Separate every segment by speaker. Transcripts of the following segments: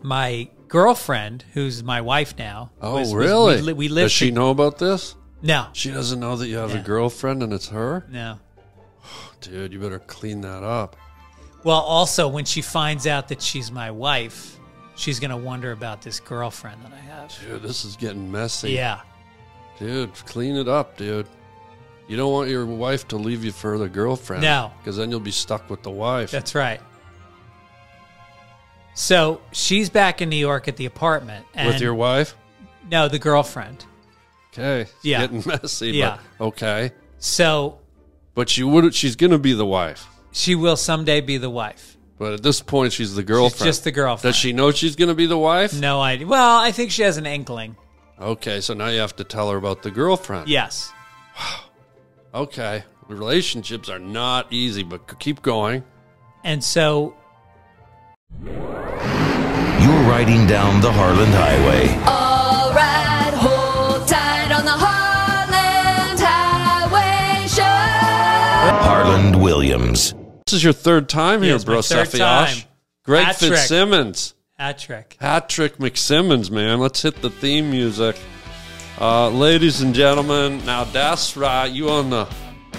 Speaker 1: my girlfriend, who's my wife now.
Speaker 2: Oh,
Speaker 1: was- was-
Speaker 2: really?
Speaker 1: we, li- we lived.
Speaker 2: Does she
Speaker 1: to-
Speaker 2: know about this?
Speaker 1: No,
Speaker 2: She doesn't know that you have
Speaker 1: Yeah.
Speaker 2: a girlfriend and it's her?
Speaker 1: no.
Speaker 2: Dude, you better clean that up.
Speaker 1: Well, also when she finds out that she's my wife, she's gonna wonder about this girlfriend that I have.
Speaker 2: Dude, this is getting messy.
Speaker 1: Yeah,
Speaker 2: Dude, clean it up, dude. You don't want your wife to leave you for the girlfriend.
Speaker 1: No.
Speaker 2: Because then you'll be stuck with the wife.
Speaker 1: that's right. So she's back in New York at the apartment, and
Speaker 2: with your wife?
Speaker 1: no, the girlfriend.
Speaker 2: Okay. it's
Speaker 1: Yeah.
Speaker 2: Getting messy,
Speaker 1: Yeah.
Speaker 2: but okay.
Speaker 1: So
Speaker 2: But she would she's gonna be the wife.
Speaker 1: she will someday be the wife.
Speaker 2: But at this point she's the girlfriend.
Speaker 1: just the girlfriend.
Speaker 2: Does she know she's gonna be the wife?
Speaker 1: No idea. Well, I think she has an inkling.
Speaker 2: Okay, so now you have to tell her about the girlfriend.
Speaker 1: Yes.
Speaker 2: Okay. Relationships are not easy, but c- keep going.
Speaker 1: And so
Speaker 3: You're riding down the Harland Highway.
Speaker 4: All right, hold tight on the Heartland Highway Show.
Speaker 3: Harland Williams.
Speaker 2: This is your third time here,
Speaker 1: Yes, my
Speaker 2: bro
Speaker 1: third
Speaker 2: Sefiosh.
Speaker 1: time.
Speaker 2: Greg
Speaker 1: Hat trick.
Speaker 2: Fitzsimmons.
Speaker 1: hat trick.
Speaker 2: Patrick McSimmons, man. Let's hit the theme music. Uh, ladies and gentlemen, now that's right. You on the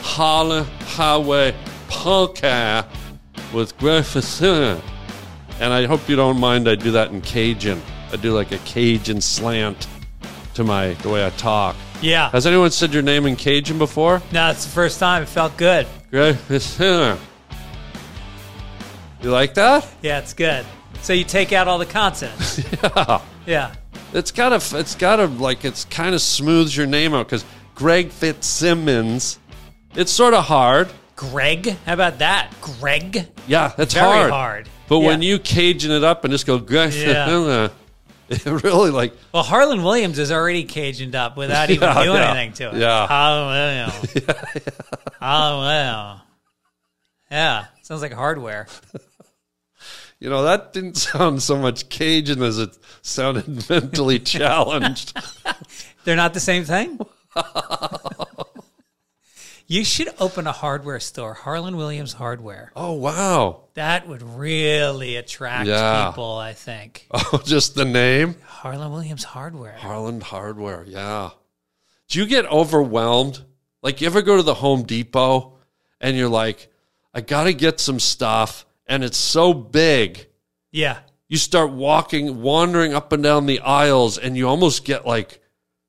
Speaker 2: Harlem Highway Podcast with Greg Fitzsimmons. And I hope you don't mind I do that in Cajun. I do like a Cajun slant to my the way I talk.
Speaker 1: Yeah.
Speaker 2: Has anyone said your name in Cajun before?
Speaker 1: no, it's the first time. It felt good.
Speaker 2: Greg Fitzsimmons. You like that?
Speaker 1: Yeah, it's good. So you take out all the consonants. yeah.
Speaker 2: It's gotta, it's gotta, like, it's kind of smooths your name out because Greg Fitzsimmons, it's sort of hard.
Speaker 1: Greg? How about that? Greg?
Speaker 2: Yeah, that's
Speaker 1: Very
Speaker 2: hard.
Speaker 1: hard.
Speaker 2: But
Speaker 1: Yeah.
Speaker 2: when you caging it up and just go Greg,
Speaker 1: Yeah.
Speaker 2: Fitzsimmons, it really like
Speaker 1: Well, Harlan Williams is already caged up without even
Speaker 2: Yeah,
Speaker 1: doing
Speaker 2: yeah,
Speaker 1: anything to it.
Speaker 2: yeah.
Speaker 1: Harlan Williams. Harlan Williams. Yeah. Sounds like hardware.
Speaker 2: you know that didn't sound so much Cajun as it sounded mentally challenged.
Speaker 1: They're not the same thing? you should open a hardware store, Harlan Williams Hardware.
Speaker 2: Oh wow!
Speaker 1: That would really attract
Speaker 2: Yeah.
Speaker 1: people, I think.
Speaker 2: Oh, just the name
Speaker 1: Harlan Williams Hardware.
Speaker 2: Harland Hardware. Yeah. Do you get overwhelmed? Like, you ever go to the Home Depot and you're like, I got to get some stuff, and it's so big.
Speaker 1: Yeah.
Speaker 2: You start walking, wandering up and down the aisles, and you almost get like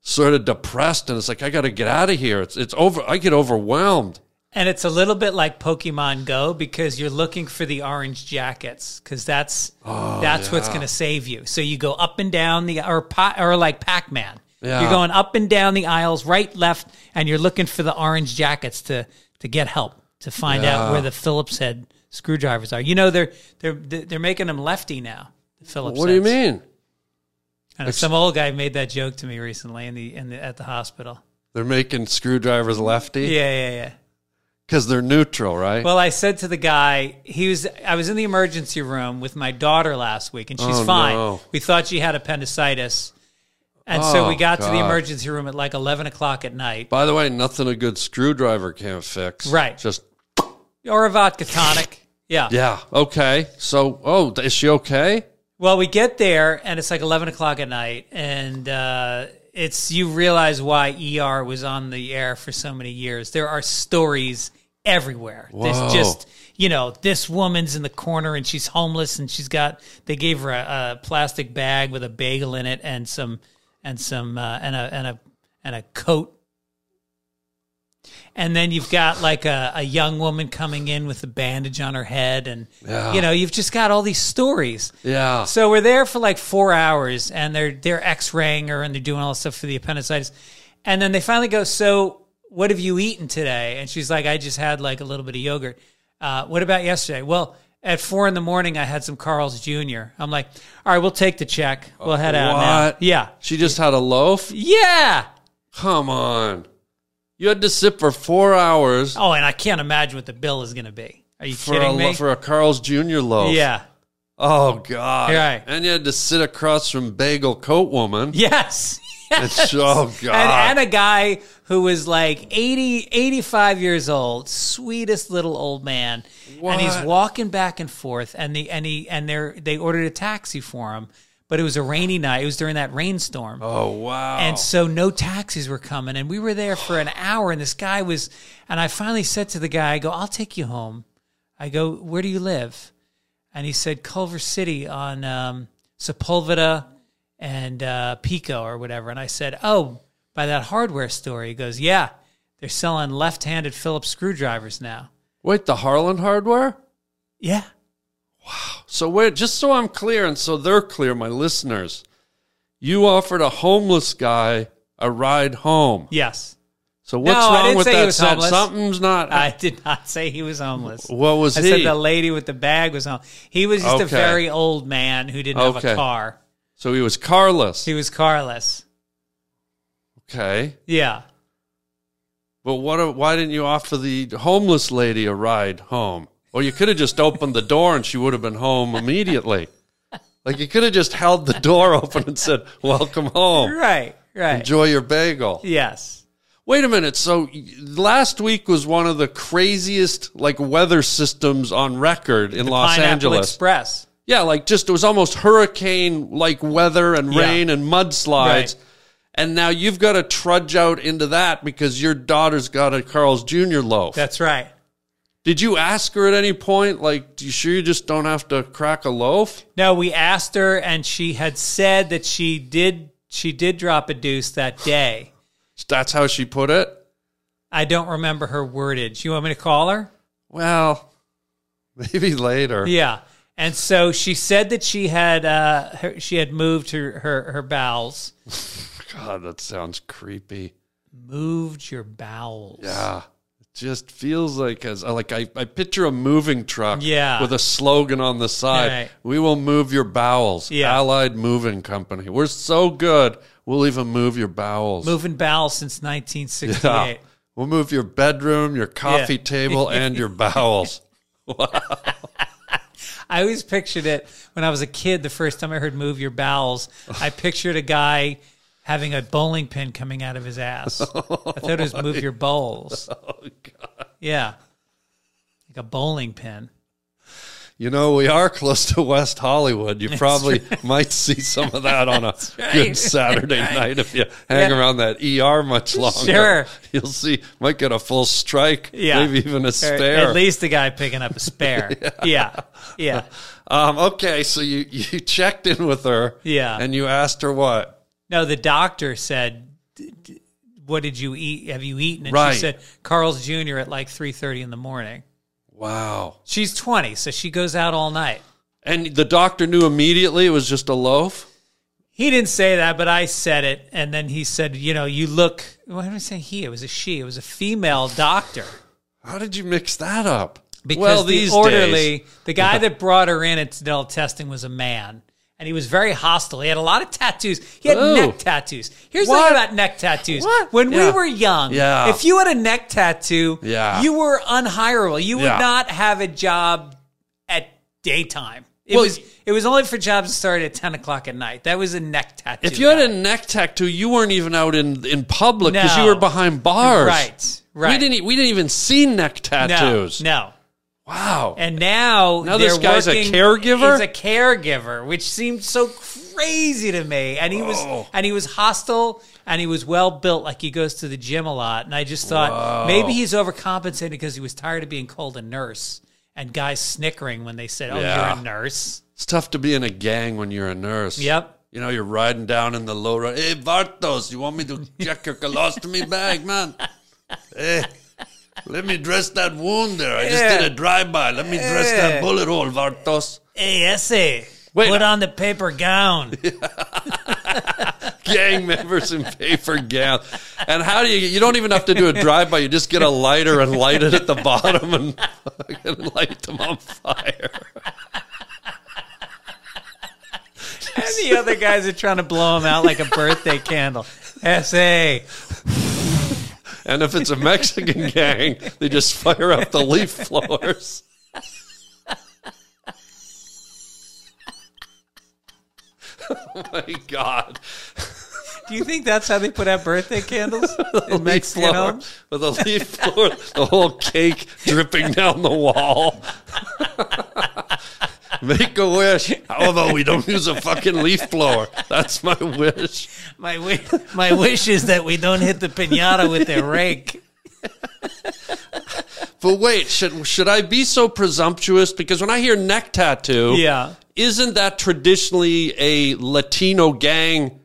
Speaker 2: sort of depressed. And it's like, I got to get out of here. It's, it's over. I get overwhelmed.
Speaker 1: And it's a little bit like Pokemon Go because you're looking for the orange jackets because that's
Speaker 2: Oh,
Speaker 1: that's what's going to save you. So you go up and down the or pa, or like Pac Man.
Speaker 2: Yeah.
Speaker 1: You're going up and down the aisles, right, left, and you're looking for the orange jackets to to get help to find out where the Phillips head screwdrivers are. You know they're they're they're making them lefty now. The Phillips.
Speaker 2: What do you
Speaker 1: heads.
Speaker 2: mean?
Speaker 1: I know, some old guy made that joke to me recently in the in the at the hospital.
Speaker 2: They're making screwdrivers lefty
Speaker 1: Yeah, yeah, yeah.
Speaker 2: because they're neutral, right?
Speaker 1: Well, I said to the guy, he was I was in the emergency room with my daughter last week and she's
Speaker 2: Oh,
Speaker 1: fine.
Speaker 2: no.
Speaker 1: We thought she had appendicitis. And so
Speaker 2: Oh,
Speaker 1: we got to the
Speaker 2: God.
Speaker 1: emergency room at like eleven o'clock at night.
Speaker 2: By the way, nothing a good screwdriver can't fix.
Speaker 1: Right.
Speaker 2: Just
Speaker 1: Or a vodka tonic. Yeah.
Speaker 2: Yeah. Okay. So, oh, is she okay?
Speaker 1: Well, we get there and it's like eleven o'clock at night and uh it's you realize why ER was on the air for so many years. There are stories everywhere.
Speaker 2: Whoa.
Speaker 1: There's just you know, this woman's in the corner and she's homeless and she's got they gave her a, a plastic bag with a bagel in it and some and some uh, and a and a and a coat. And then you've got like a, a young woman coming in with a bandage on her head and you know, you've just got all these stories.
Speaker 2: Yeah.
Speaker 1: So we're there for like four hours, and they're they're X-raying her, and they're doing all this stuff for the appendicitis, and then they finally go, "So what have you eaten today?" And she's like, "I just had like a little bit of yogurt. Uh, what about yesterday?" Well, at four in the morning, I had some Carl's Jr. I'm like, "All right, we'll take the check. We'll head out now."
Speaker 2: What?
Speaker 1: Yeah,
Speaker 2: She just had a loaf?
Speaker 1: yeah.
Speaker 2: Come on. You had to sit for four hours
Speaker 1: Oh, and I can't imagine what the bill is going to be. Are you
Speaker 2: for a,
Speaker 1: kidding
Speaker 2: lo-
Speaker 1: me?
Speaker 2: for a Carl's Jr. loaf.
Speaker 1: yeah.
Speaker 2: Oh, God.
Speaker 1: Right.
Speaker 2: And you had to sit across from Bagel Coat Woman.
Speaker 1: Yes.
Speaker 2: It's, oh, God.
Speaker 1: and, and a guy who was like 80, 85 years old, sweetest little old man, and he's
Speaker 2: What?
Speaker 1: walking back and forth, and the and he and they they ordered a taxi for him, but it was a rainy night. It was during that rainstorm.
Speaker 2: oh, wow.
Speaker 1: And so no taxis were coming, and we were there for an hour. And this guy was, and I finally said to the guy, "I go, I'll take you home." I go, "Where do you live?" And he said, "Culver City on um, Sepulveda and uh, Pico or whatever." And I said, "Oh, by that hardware store." He goes, "Yeah, they're selling left-handed Phillips screwdrivers now."
Speaker 2: Wait, the Harlan hardware?
Speaker 1: Yeah,
Speaker 2: So wait, just so I'm clear, and so they're clear, my listeners, you offered a homeless guy a ride home.
Speaker 1: yes.
Speaker 2: So what's
Speaker 1: No, I
Speaker 2: wrong
Speaker 1: didn't
Speaker 2: with
Speaker 1: say he
Speaker 2: that?
Speaker 1: was
Speaker 2: Said
Speaker 1: homeless.
Speaker 2: Something's not.
Speaker 1: I did not say he was homeless.
Speaker 2: what was
Speaker 1: I
Speaker 2: he?
Speaker 1: said the lady with the bag was on. He was just a
Speaker 2: Okay.
Speaker 1: very old man who didn't have
Speaker 2: Okay.
Speaker 1: a car.
Speaker 2: so he was carless.
Speaker 1: He was carless.
Speaker 2: okay,
Speaker 1: Yeah.
Speaker 2: but what? Why didn't you offer the homeless lady a ride home? Or you could have just opened the door and she would have been home immediately. like you could have just held the door open and said, "Welcome home.
Speaker 1: Right. Right.
Speaker 2: Enjoy your bagel."
Speaker 1: yes.
Speaker 2: Wait a minute. So y- last week was one of the craziest like weather systems on record in Los
Speaker 1: Pineapple
Speaker 2: Angeles.
Speaker 1: Express.
Speaker 2: yeah, like just it was almost hurricane like weather and
Speaker 1: Yeah.
Speaker 2: rain and mudslides.
Speaker 1: Right.
Speaker 2: And now you've got to trudge out into that because your daughter's got a Carl's Jr. loaf.
Speaker 1: That's right.
Speaker 2: Did you ask her at any point, like, you sure you just don't have to crack a loaf?
Speaker 1: No, we asked her, and she had said that she did. She did drop a deuce that day.
Speaker 2: That's how she put it.
Speaker 1: I don't remember her wordage. You want me to call her?
Speaker 2: Well, maybe later.
Speaker 1: Yeah. And so she said that she had uh, her, she had moved her, her her bowels.
Speaker 2: God, that sounds creepy.
Speaker 1: Moved your bowels.
Speaker 2: Yeah. Ah, It just feels like as like I, I picture a moving truck
Speaker 1: Yeah.
Speaker 2: with a slogan on the side.
Speaker 1: Right.
Speaker 2: We will move your bowels.
Speaker 1: Yeah.
Speaker 2: Allied Moving Company. We're so good. We'll even move your bowels.
Speaker 1: Moving bowels since 1968.
Speaker 2: Yeah. We'll move your bedroom, your coffee
Speaker 1: Yeah.
Speaker 2: table, and your bowels.
Speaker 1: I always pictured it when I was a kid. The first time I heard "Move Your Bowels," I pictured a guy having a bowling pin coming out of his ass. I thought it was "Move Your Bowls." Oh God! Yeah, like a bowling pin.
Speaker 2: You know, we are close to West Hollywood. You probably might see some of that on a good Saturday night if you hang
Speaker 1: Yeah.
Speaker 2: around that ER much longer.
Speaker 1: Sure.
Speaker 2: You'll see, might get a full strike,
Speaker 1: Yeah,
Speaker 2: maybe even a
Speaker 1: Or
Speaker 2: spare.
Speaker 1: At least a guy picking up a spare. yeah. yeah,
Speaker 2: Um, okay, so you, you checked in with her.
Speaker 1: Yeah.
Speaker 2: And you asked her what?
Speaker 1: No, the doctor said. "D- d- What did you eat? Have you eaten? And
Speaker 2: Right.
Speaker 1: she said Carl's Jr. at like three thirty in the morning.
Speaker 2: Wow.
Speaker 1: She's twenty, so she goes out all night.
Speaker 2: And the doctor knew immediately it was just a loaf?
Speaker 1: He didn't say that, but I said it. And then he said, you know, you look, what did I say? He, it was a she, it was a female doctor.
Speaker 2: How did you mix that up?
Speaker 1: Because
Speaker 2: well,
Speaker 1: the
Speaker 2: these
Speaker 1: orderly,
Speaker 2: days.
Speaker 1: the guy that brought her in incidental testing was a man. And he was very hostile. He had a lot of tattoos. He had
Speaker 2: Ooh.
Speaker 1: neck tattoos. Here's the
Speaker 2: What?
Speaker 1: thing about neck tattoos.
Speaker 2: What?
Speaker 1: When
Speaker 2: Yeah.
Speaker 1: we were young,
Speaker 2: Yeah.
Speaker 1: if you had a neck tattoo,
Speaker 2: Yeah.
Speaker 1: you were unhireable. You would
Speaker 2: Yeah.
Speaker 1: not have a job at daytime. It
Speaker 2: Well,
Speaker 1: was it was only for jobs that started at ten o'clock at night. That was a neck tattoo.
Speaker 2: If you had
Speaker 1: guy.
Speaker 2: a neck tattoo, you weren't even out in, in public because
Speaker 1: No.
Speaker 2: you were behind bars.
Speaker 1: Right, right.
Speaker 2: We didn't, e- we didn't even see neck tattoos.
Speaker 1: No,
Speaker 2: Wow.
Speaker 1: no. And now
Speaker 2: Now this
Speaker 1: they're
Speaker 2: guy's a
Speaker 1: working-
Speaker 2: caregiver?
Speaker 1: He's a caregiver, which seemed so crazy to me. And he was and he was hostile and he was well built, like he goes to the gym a lot. And I just thought maybe he's overcompensating because he was tired of being called a nurse and guys snickering when they said, "Oh,
Speaker 2: Yeah.
Speaker 1: you're a nurse."
Speaker 2: it's tough to be in a gang when you're a nurse.
Speaker 1: Yep.
Speaker 2: You know, you're riding down in the low road. Hey, Vartos, you want me to check your colostomy bag, man? Hey, let me dress that wound there. I just
Speaker 1: Yeah.
Speaker 2: did a drive-by. Let me dress that
Speaker 1: Yeah.
Speaker 2: bullet hole, Vartos.
Speaker 1: Hey, essay.
Speaker 2: Wait,
Speaker 1: Put
Speaker 2: I-
Speaker 1: on the paper gown.
Speaker 2: gang members in paper gowns. And how do you? You don't even have to do a drive by. You just get a lighter and light it at the bottom and, fucking light them on fire.
Speaker 1: and the other guys are trying to blow him out like a birthday candle. Essay.
Speaker 2: And if it's a Mexican gang, they just fire up the leaf blowers. Oh my God.
Speaker 1: Do you think that's how they put out birthday candles
Speaker 2: The
Speaker 1: in
Speaker 2: leaf
Speaker 1: Mexican
Speaker 2: blower
Speaker 1: homes?
Speaker 2: with a leaf blower, the whole cake dripping down the wall. Make a wish. Although we don't use a fucking leaf blower. That's my wish.
Speaker 1: My wish, my wish is that we don't hit the pinata with their rake.
Speaker 2: But wait, should should I be so presumptuous? Because when I hear neck tattoo,
Speaker 1: Yeah.
Speaker 2: isn't that traditionally a Latino gang?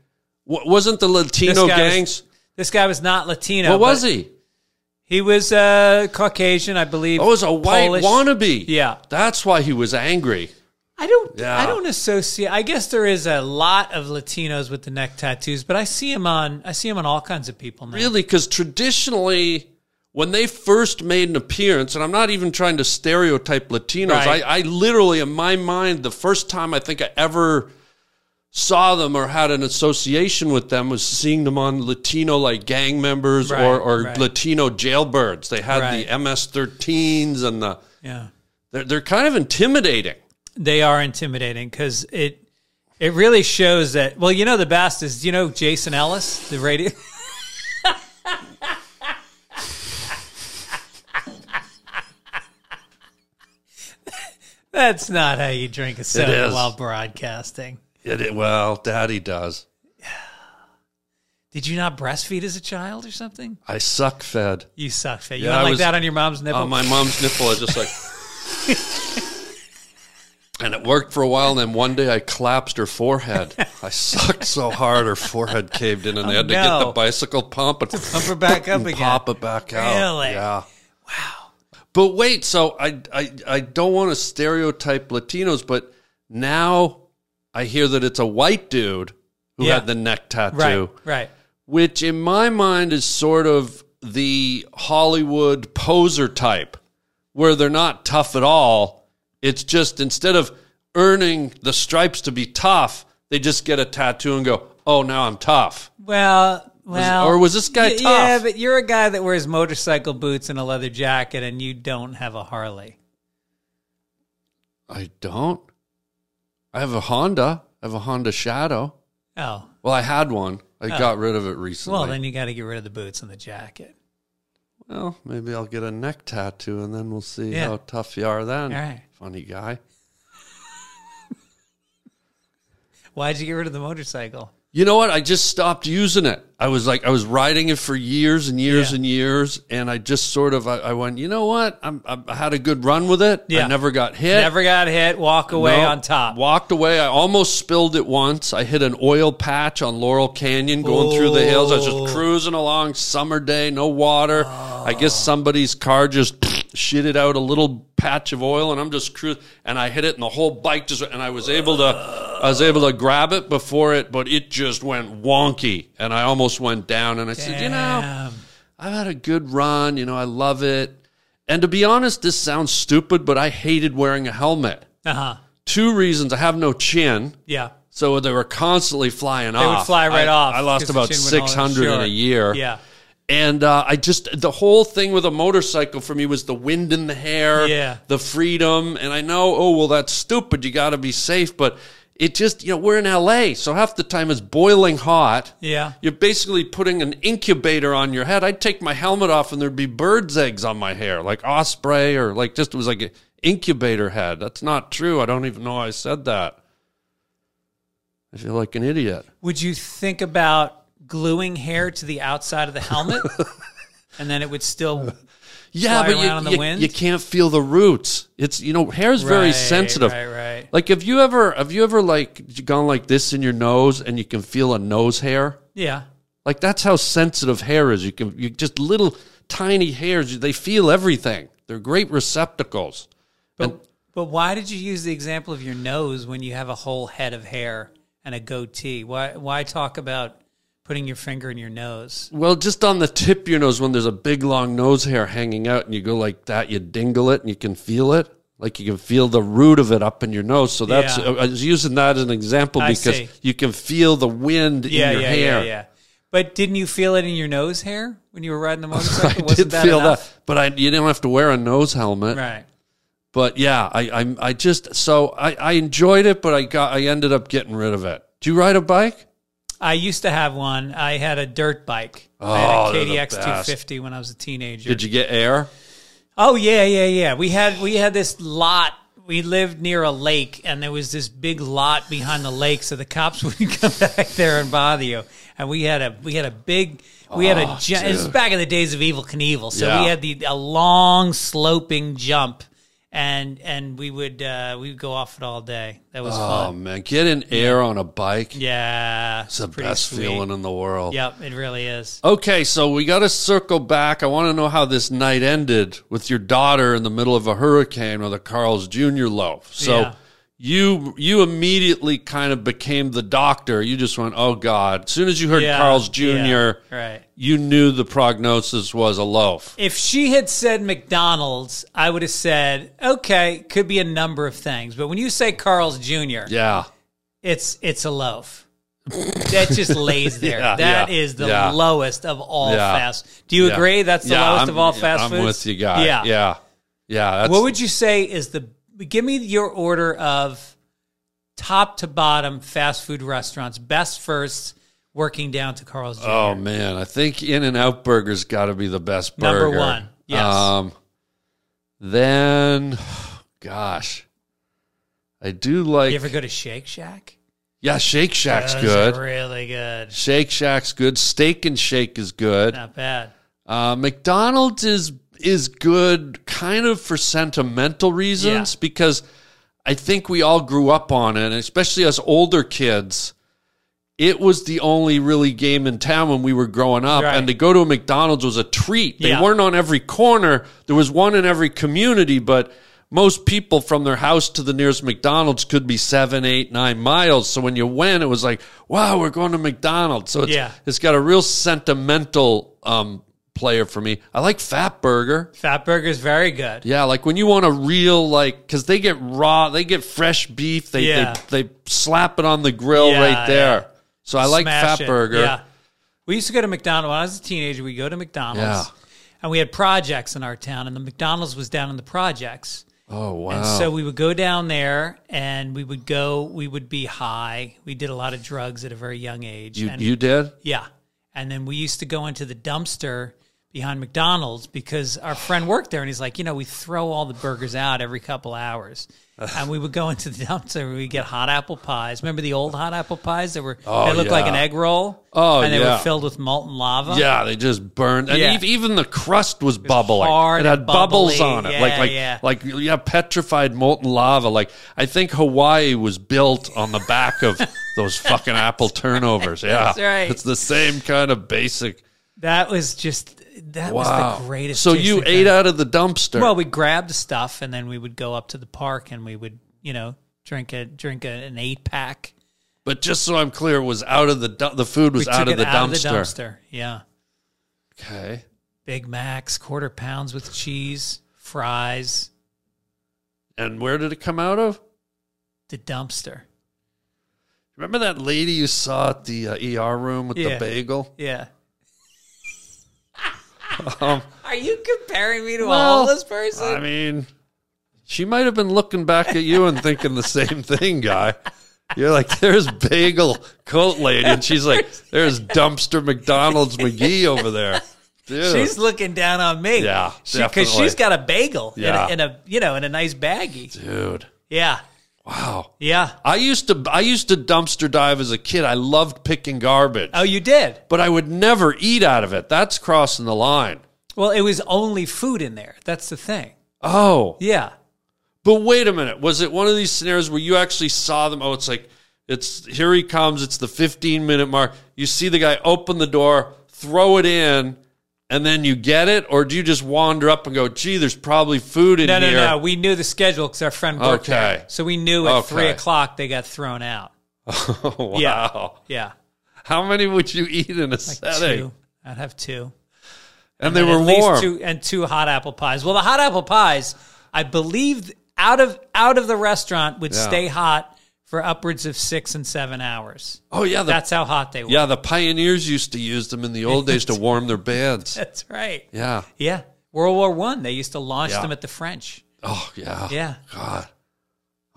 Speaker 2: W- wasn't the
Speaker 1: This
Speaker 2: Latino
Speaker 1: guy was-
Speaker 2: gangs?
Speaker 1: This guy was not Latino.
Speaker 2: what was
Speaker 1: but
Speaker 2: he?
Speaker 1: He was uh, Caucasian, I believe.
Speaker 2: Oh, it was a white
Speaker 1: Polish.
Speaker 2: wannabe.
Speaker 1: Yeah.
Speaker 2: that's why he was angry.
Speaker 1: I don't.
Speaker 2: Yeah.
Speaker 1: I don't associate. I guess there is a lot of Latinos with the neck tattoos, but I see him on. I see him on all kinds of people now.
Speaker 2: Really, because traditionally, when they first made an appearance, and I'm not even trying to stereotype Latinos,
Speaker 1: Right.
Speaker 2: I, I literally, in my mind, the first time I think I ever saw them or had an association with them was seeing them on Latino like gang members
Speaker 1: Right,
Speaker 2: or, or
Speaker 1: right.
Speaker 2: Latino jailbirds. They had the
Speaker 1: Right.
Speaker 2: MS-13s and the
Speaker 1: Yeah,
Speaker 2: they're, they're kind of intimidating.
Speaker 1: they are intimidating because it. It really shows that. Well, you know the best is you know Jason Ellis, the radio. That's not how you drink a soda
Speaker 2: is.
Speaker 1: while broadcasting.
Speaker 2: It, it- well, Daddy does.
Speaker 1: Did you not breastfeed as a child or something?
Speaker 2: I suck fed.
Speaker 1: You suck, Fat. You
Speaker 2: Yeah,
Speaker 1: went
Speaker 2: I
Speaker 1: like
Speaker 2: was-
Speaker 1: that on your mom's nipple.
Speaker 2: on Oh, my mom's nipple. I was just like, and it worked for a while. And then one day I collapsed her forehead. I sucked so hard her forehead caved in, and they had to get
Speaker 1: Oh, no.
Speaker 2: the bicycle pump and
Speaker 1: Pump her back up again.
Speaker 2: pop it back out.
Speaker 1: Really?
Speaker 2: Yeah. Wow. But wait, so I I I don't want to stereotype Latinos, but now I hear that it's a white dude who
Speaker 1: Yeah.
Speaker 2: had the neck
Speaker 1: right,
Speaker 2: tattoo
Speaker 1: right.
Speaker 2: which in my mind is sort of the Hollywood poser type, where they're not tough at all. It's just instead of earning the stripes to be tough, they just get a tattoo and go, "Oh, now I'm tough."
Speaker 1: Well, well.
Speaker 2: or was this guy
Speaker 1: Y-
Speaker 2: tough?
Speaker 1: Yeah, but you're a guy that wears motorcycle boots and a leather jacket, and you don't have a Harley.
Speaker 2: I don't. I have a Honda. I have a Honda Shadow.
Speaker 1: Oh,
Speaker 2: Well, I had one. I got rid of it recently.
Speaker 1: well, then you got to get rid of the boots and the jacket.
Speaker 2: Well, maybe I'll get a neck tattoo and then we'll see
Speaker 1: Yeah.
Speaker 2: how tough you are then.
Speaker 1: All right.
Speaker 2: Funny guy.
Speaker 1: Why'd you get rid of the motorcycle?
Speaker 2: You know what? I just stopped using it. I was like, I was riding it for years and years
Speaker 1: Yeah.
Speaker 2: and years, and I just sort of, I, I went, you know what? I'm, I'm, I had a good run with it.
Speaker 1: Yeah.
Speaker 2: I never got hit.
Speaker 1: Never got hit. Walk away
Speaker 2: No.
Speaker 1: on top.
Speaker 2: Walked away. I almost spilled it once. I hit an oil patch on Laurel Canyon going through the hills. I was
Speaker 1: Oh.
Speaker 2: just cruising along, summer day, no water. I guess
Speaker 1: Ah.
Speaker 2: somebody's car just shitted out a little patch of oil, and I'm just cruising. And I hit it, and the whole bike just. And I was able to, I was able to grab it before it, but it just went wonky, and I almost went down. And I said, you know.
Speaker 1: Damn.
Speaker 2: I've had a good run. You know, I love it. And to be honest, this sounds stupid, but I hated wearing a helmet.
Speaker 1: Uh huh.
Speaker 2: Two reasons I have no chin.
Speaker 1: Yeah.
Speaker 2: So they were constantly flying
Speaker 1: They
Speaker 2: off.
Speaker 1: would fly right
Speaker 2: I,
Speaker 1: off.
Speaker 2: I lost
Speaker 1: 'cause the
Speaker 2: about
Speaker 1: chin went all-
Speaker 2: 600 in
Speaker 1: sure.
Speaker 2: a year.
Speaker 1: Yeah.
Speaker 2: And uh, I just, the whole thing with a motorcycle for me was the wind in the hair,
Speaker 1: Yeah.
Speaker 2: the freedom. And I know, oh, well, that's stupid. You got to be safe. But it just, you know, we're in LA. So half the time it's boiling hot.
Speaker 1: Yeah.
Speaker 2: You're basically putting an incubator on your head. I'd take my helmet off and there'd be bird's eggs on my hair, like osprey or like just it was like an incubator head. That's not true. I don't even know I said that. I feel like an idiot.
Speaker 1: Would you think about gluing hair to the outside of the helmet? and then it would still
Speaker 2: Yeah,
Speaker 1: Fly
Speaker 2: but you,
Speaker 1: around in the
Speaker 2: you,
Speaker 1: wind?
Speaker 2: you can't feel the roots. It's you know, hair's very
Speaker 1: Right,
Speaker 2: sensitive.
Speaker 1: Right, right.
Speaker 2: Like have you ever have you ever like gone like this in your nose and you can feel a nose hair?
Speaker 1: Yeah.
Speaker 2: Like that's how sensitive hair is. You can you just little tiny hairs. They feel everything. They're great receptacles.
Speaker 1: But, but why did you use the example of your nose when you have a whole head of hair and a goatee? Why why talk about putting your finger in your nose?
Speaker 2: Well, just on the tip of your nose, when there's a big long nose hair hanging out, and you go like that, you dingle it, and you can feel it. Like you can feel the root of it up in your nose. So that's
Speaker 1: Yeah.
Speaker 2: I was using that as an example
Speaker 1: I
Speaker 2: because
Speaker 1: see.
Speaker 2: you can feel the wind in your hair.
Speaker 1: yeah, yeah. But didn't you feel it in your nose hair when you were riding the motorcycle?
Speaker 2: I
Speaker 1: Wasn't
Speaker 2: did
Speaker 1: that
Speaker 2: feel
Speaker 1: enough?
Speaker 2: that, but I you don't have to wear a nose helmet.
Speaker 1: Right.
Speaker 2: but yeah, I I, I just so I, I enjoyed it, but I got I ended up getting rid of it. Do you ride a bike?
Speaker 1: I used to have one. I had a dirt bike. I
Speaker 2: Oh,
Speaker 1: had
Speaker 2: they're
Speaker 1: a
Speaker 2: the
Speaker 1: KDX
Speaker 2: best.
Speaker 1: 250 when I was a teenager.
Speaker 2: Did you get air?
Speaker 1: Oh yeah, yeah, yeah. We had we had this lot. We lived near a lake, and there was this big lot behind the lake, so the cops wouldn't come back there and bother you. And we had a we had a big we had a
Speaker 2: Oh,
Speaker 1: ju- it was
Speaker 2: dude.
Speaker 1: back in the days of Evil Knievel, so
Speaker 2: Yeah.
Speaker 1: we had the a long sloping jump, and and we would uh, we would go off it all day. That was
Speaker 2: Oh
Speaker 1: fun.
Speaker 2: man, getting air on a bike.
Speaker 1: Yeah,
Speaker 2: It's the
Speaker 1: pretty
Speaker 2: best
Speaker 1: sweet.
Speaker 2: feeling in the world.
Speaker 1: Yep, it really is.
Speaker 2: Okay, so we got to circle back. I want to know how this night ended with your daughter in the middle of a hurricane with a Carl's Jr. loaf. So
Speaker 1: Yeah.
Speaker 2: you you immediately kind of became the doctor. You just went, "Oh God!" As soon as you heard
Speaker 1: Yeah,
Speaker 2: Carl's Jr.,
Speaker 1: yeah, right.
Speaker 2: you knew the prognosis was a loaf.
Speaker 1: If she had said McDonald's, I would have said, okay, could be a number of things. But when you say Carl's Jr.,
Speaker 2: Yeah,
Speaker 1: it's it's a loaf. that just lays there.
Speaker 2: Yeah,
Speaker 1: That is
Speaker 2: yeah,
Speaker 1: the
Speaker 2: yeah.
Speaker 1: lowest of all
Speaker 2: Yeah.
Speaker 1: fast. Do you
Speaker 2: Yeah.
Speaker 1: agree? That's the
Speaker 2: Yeah,
Speaker 1: lowest
Speaker 2: I'm-
Speaker 1: of all fast
Speaker 2: I'm
Speaker 1: foods.
Speaker 2: with you, guy. Yeah, yeah, yeah. That's,
Speaker 1: What would you say is the? Give me your order of top to bottom fast food restaurants, best first, working down to Carl's Jr.
Speaker 2: Oh man, I think In and Out Burger's got to be the best burger.
Speaker 1: Number one, yes.
Speaker 2: Um, then, gosh, I do like.
Speaker 1: you ever go to Shake Shack?
Speaker 2: yeah, Shake Shack's
Speaker 1: Those are
Speaker 2: good.
Speaker 1: really good.
Speaker 2: Shake Shack's good. Steak and Shake is good.
Speaker 1: Not bad.
Speaker 2: Uh, McDonald's is is good, kind of for sentimental reasons,
Speaker 1: Yeah.
Speaker 2: because I think we all grew up on it, and especially us older kids. It was the only really game in town when we were growing up,
Speaker 1: Right.
Speaker 2: and to go to a McDonald's was a treat. They
Speaker 1: Yeah.
Speaker 2: weren't on every corner. There was one in every community, but most people from their house to the nearest McDonald's could be seven, eight, nine miles. So when you went, it was like, wow, we're going to McDonald's. So it's,
Speaker 1: Yeah.
Speaker 2: it's got a real sentimental um, player for me. I like Fat Burger.
Speaker 1: Fat Burger's very good.
Speaker 2: Yeah, like when you want a real like, because they get raw, they get fresh beef. They
Speaker 1: Yeah.
Speaker 2: they, they slap it on the grill
Speaker 1: Yeah,
Speaker 2: right there.
Speaker 1: yeah.
Speaker 2: So I like
Speaker 1: Smash
Speaker 2: Fat
Speaker 1: it.
Speaker 2: Burger.
Speaker 1: Yeah. We used to go to McDonald's when I was a teenager. We go to McDonald's,
Speaker 2: Yeah.
Speaker 1: and we had projects in our town, and the McDonald's was down in the projects.
Speaker 2: Oh wow.
Speaker 1: And so we would go down there, and we would go. We would be high. We did a lot of drugs at a very young age.
Speaker 2: you
Speaker 1: and,
Speaker 2: you did?
Speaker 1: yeah. And then we used to go into the dumpster behind McDonald's because our friend worked there and he's like, you know, we throw all the burgers out every couple hours. And we would go into the dumpster and we'd get hot apple pies. Remember the old hot apple pies that were
Speaker 2: Oh,
Speaker 1: they looked like
Speaker 2: yeah.
Speaker 1: an egg roll?
Speaker 2: Oh,
Speaker 1: And they
Speaker 2: yeah.
Speaker 1: were filled with molten lava.
Speaker 2: Yeah, they just burned, and
Speaker 1: Yeah.
Speaker 2: ev- even the crust was bubbling.
Speaker 1: hard
Speaker 2: it had
Speaker 1: and
Speaker 2: bubbles
Speaker 1: bubbly.
Speaker 2: on it,
Speaker 1: Yeah,
Speaker 2: like like
Speaker 1: yeah.
Speaker 2: like yeah, petrified molten lava. Like I think Hawaii was built on the back of those fucking apple turnovers. Yeah,
Speaker 1: That's right.
Speaker 2: It's the same kind of basic.
Speaker 1: That was just that
Speaker 2: Wow,
Speaker 1: was the greatest.
Speaker 2: So
Speaker 1: taste
Speaker 2: you
Speaker 1: we've
Speaker 2: ate
Speaker 1: had.
Speaker 2: out of the dumpster.
Speaker 1: Well, we grabbed stuff and then we would go up to the park and we would, you know, drink a drink a, an eight pack.
Speaker 2: but just so I'm clear, it was out of the du- the food
Speaker 1: We
Speaker 2: was out,
Speaker 1: took
Speaker 2: of the,
Speaker 1: it out
Speaker 2: dumpster.
Speaker 1: of the dumpster. Yeah.
Speaker 2: Okay.
Speaker 1: Big Macs, quarter pounds with cheese, fries,
Speaker 2: And where did it come out of?
Speaker 1: the dumpster.
Speaker 2: Remember that lady you saw at the uh, ER room with
Speaker 1: Yeah.
Speaker 2: the bagel?
Speaker 1: Yeah.
Speaker 2: Um,
Speaker 1: Are you comparing me to a
Speaker 2: Well,
Speaker 1: homeless person?
Speaker 2: I mean, she might have been looking back at you and thinking the same thing, guy. You're like, there's bagel coat lady, and she's like, there's dumpster McDonald's McGee over there. Dude.
Speaker 1: she's looking down on me.
Speaker 2: Yeah,
Speaker 1: because
Speaker 2: definitely.
Speaker 1: she's got a bagel in
Speaker 2: Yeah.
Speaker 1: a- in, a, you know in a nice baggie.
Speaker 2: dude.
Speaker 1: Yeah,
Speaker 2: Wow.
Speaker 1: yeah.
Speaker 2: I used to I used to dumpster dive as a kid. I loved picking garbage.
Speaker 1: Oh, you did.
Speaker 2: But I would never eat out of it. That's crossing the line.
Speaker 1: Well, it was only food in there. That's the thing.
Speaker 2: Oh.
Speaker 1: Yeah.
Speaker 2: But wait a minute. Was it one of these scenarios where you actually saw them? Oh, it's like, it's here he comes. It's the 15 minute mark. You see the guy open the door, throw it in, and then you get it? Or do you just wander up and go, gee, there's probably food in
Speaker 1: No, no,
Speaker 2: here?
Speaker 1: no. We knew the schedule because our friend worked
Speaker 2: Okay.
Speaker 1: there, so we knew at
Speaker 2: Okay.
Speaker 1: three o'clock they got thrown out.
Speaker 2: Oh, wow.
Speaker 1: Yeah,
Speaker 2: How many would you eat in a
Speaker 1: yeah.
Speaker 2: setting?
Speaker 1: Two. I'd have two.
Speaker 2: And, they
Speaker 1: and
Speaker 2: were
Speaker 1: at least
Speaker 2: warm.
Speaker 1: two- and two hot apple pies. Well, the hot apple pies, I believe, out of out of the restaurant would
Speaker 2: Yeah.
Speaker 1: stay hot for upwards of six and seven hours.
Speaker 2: oh, yeah. The,
Speaker 1: That's how hot they were.
Speaker 2: yeah, the pioneers used to use them in the old days to warm their bands.
Speaker 1: that's right.
Speaker 2: Yeah.
Speaker 1: Yeah, World War One. They used to launch
Speaker 2: Oh, Yeah.
Speaker 1: them at the French.
Speaker 2: Oh, yeah.
Speaker 1: Yeah.
Speaker 2: God.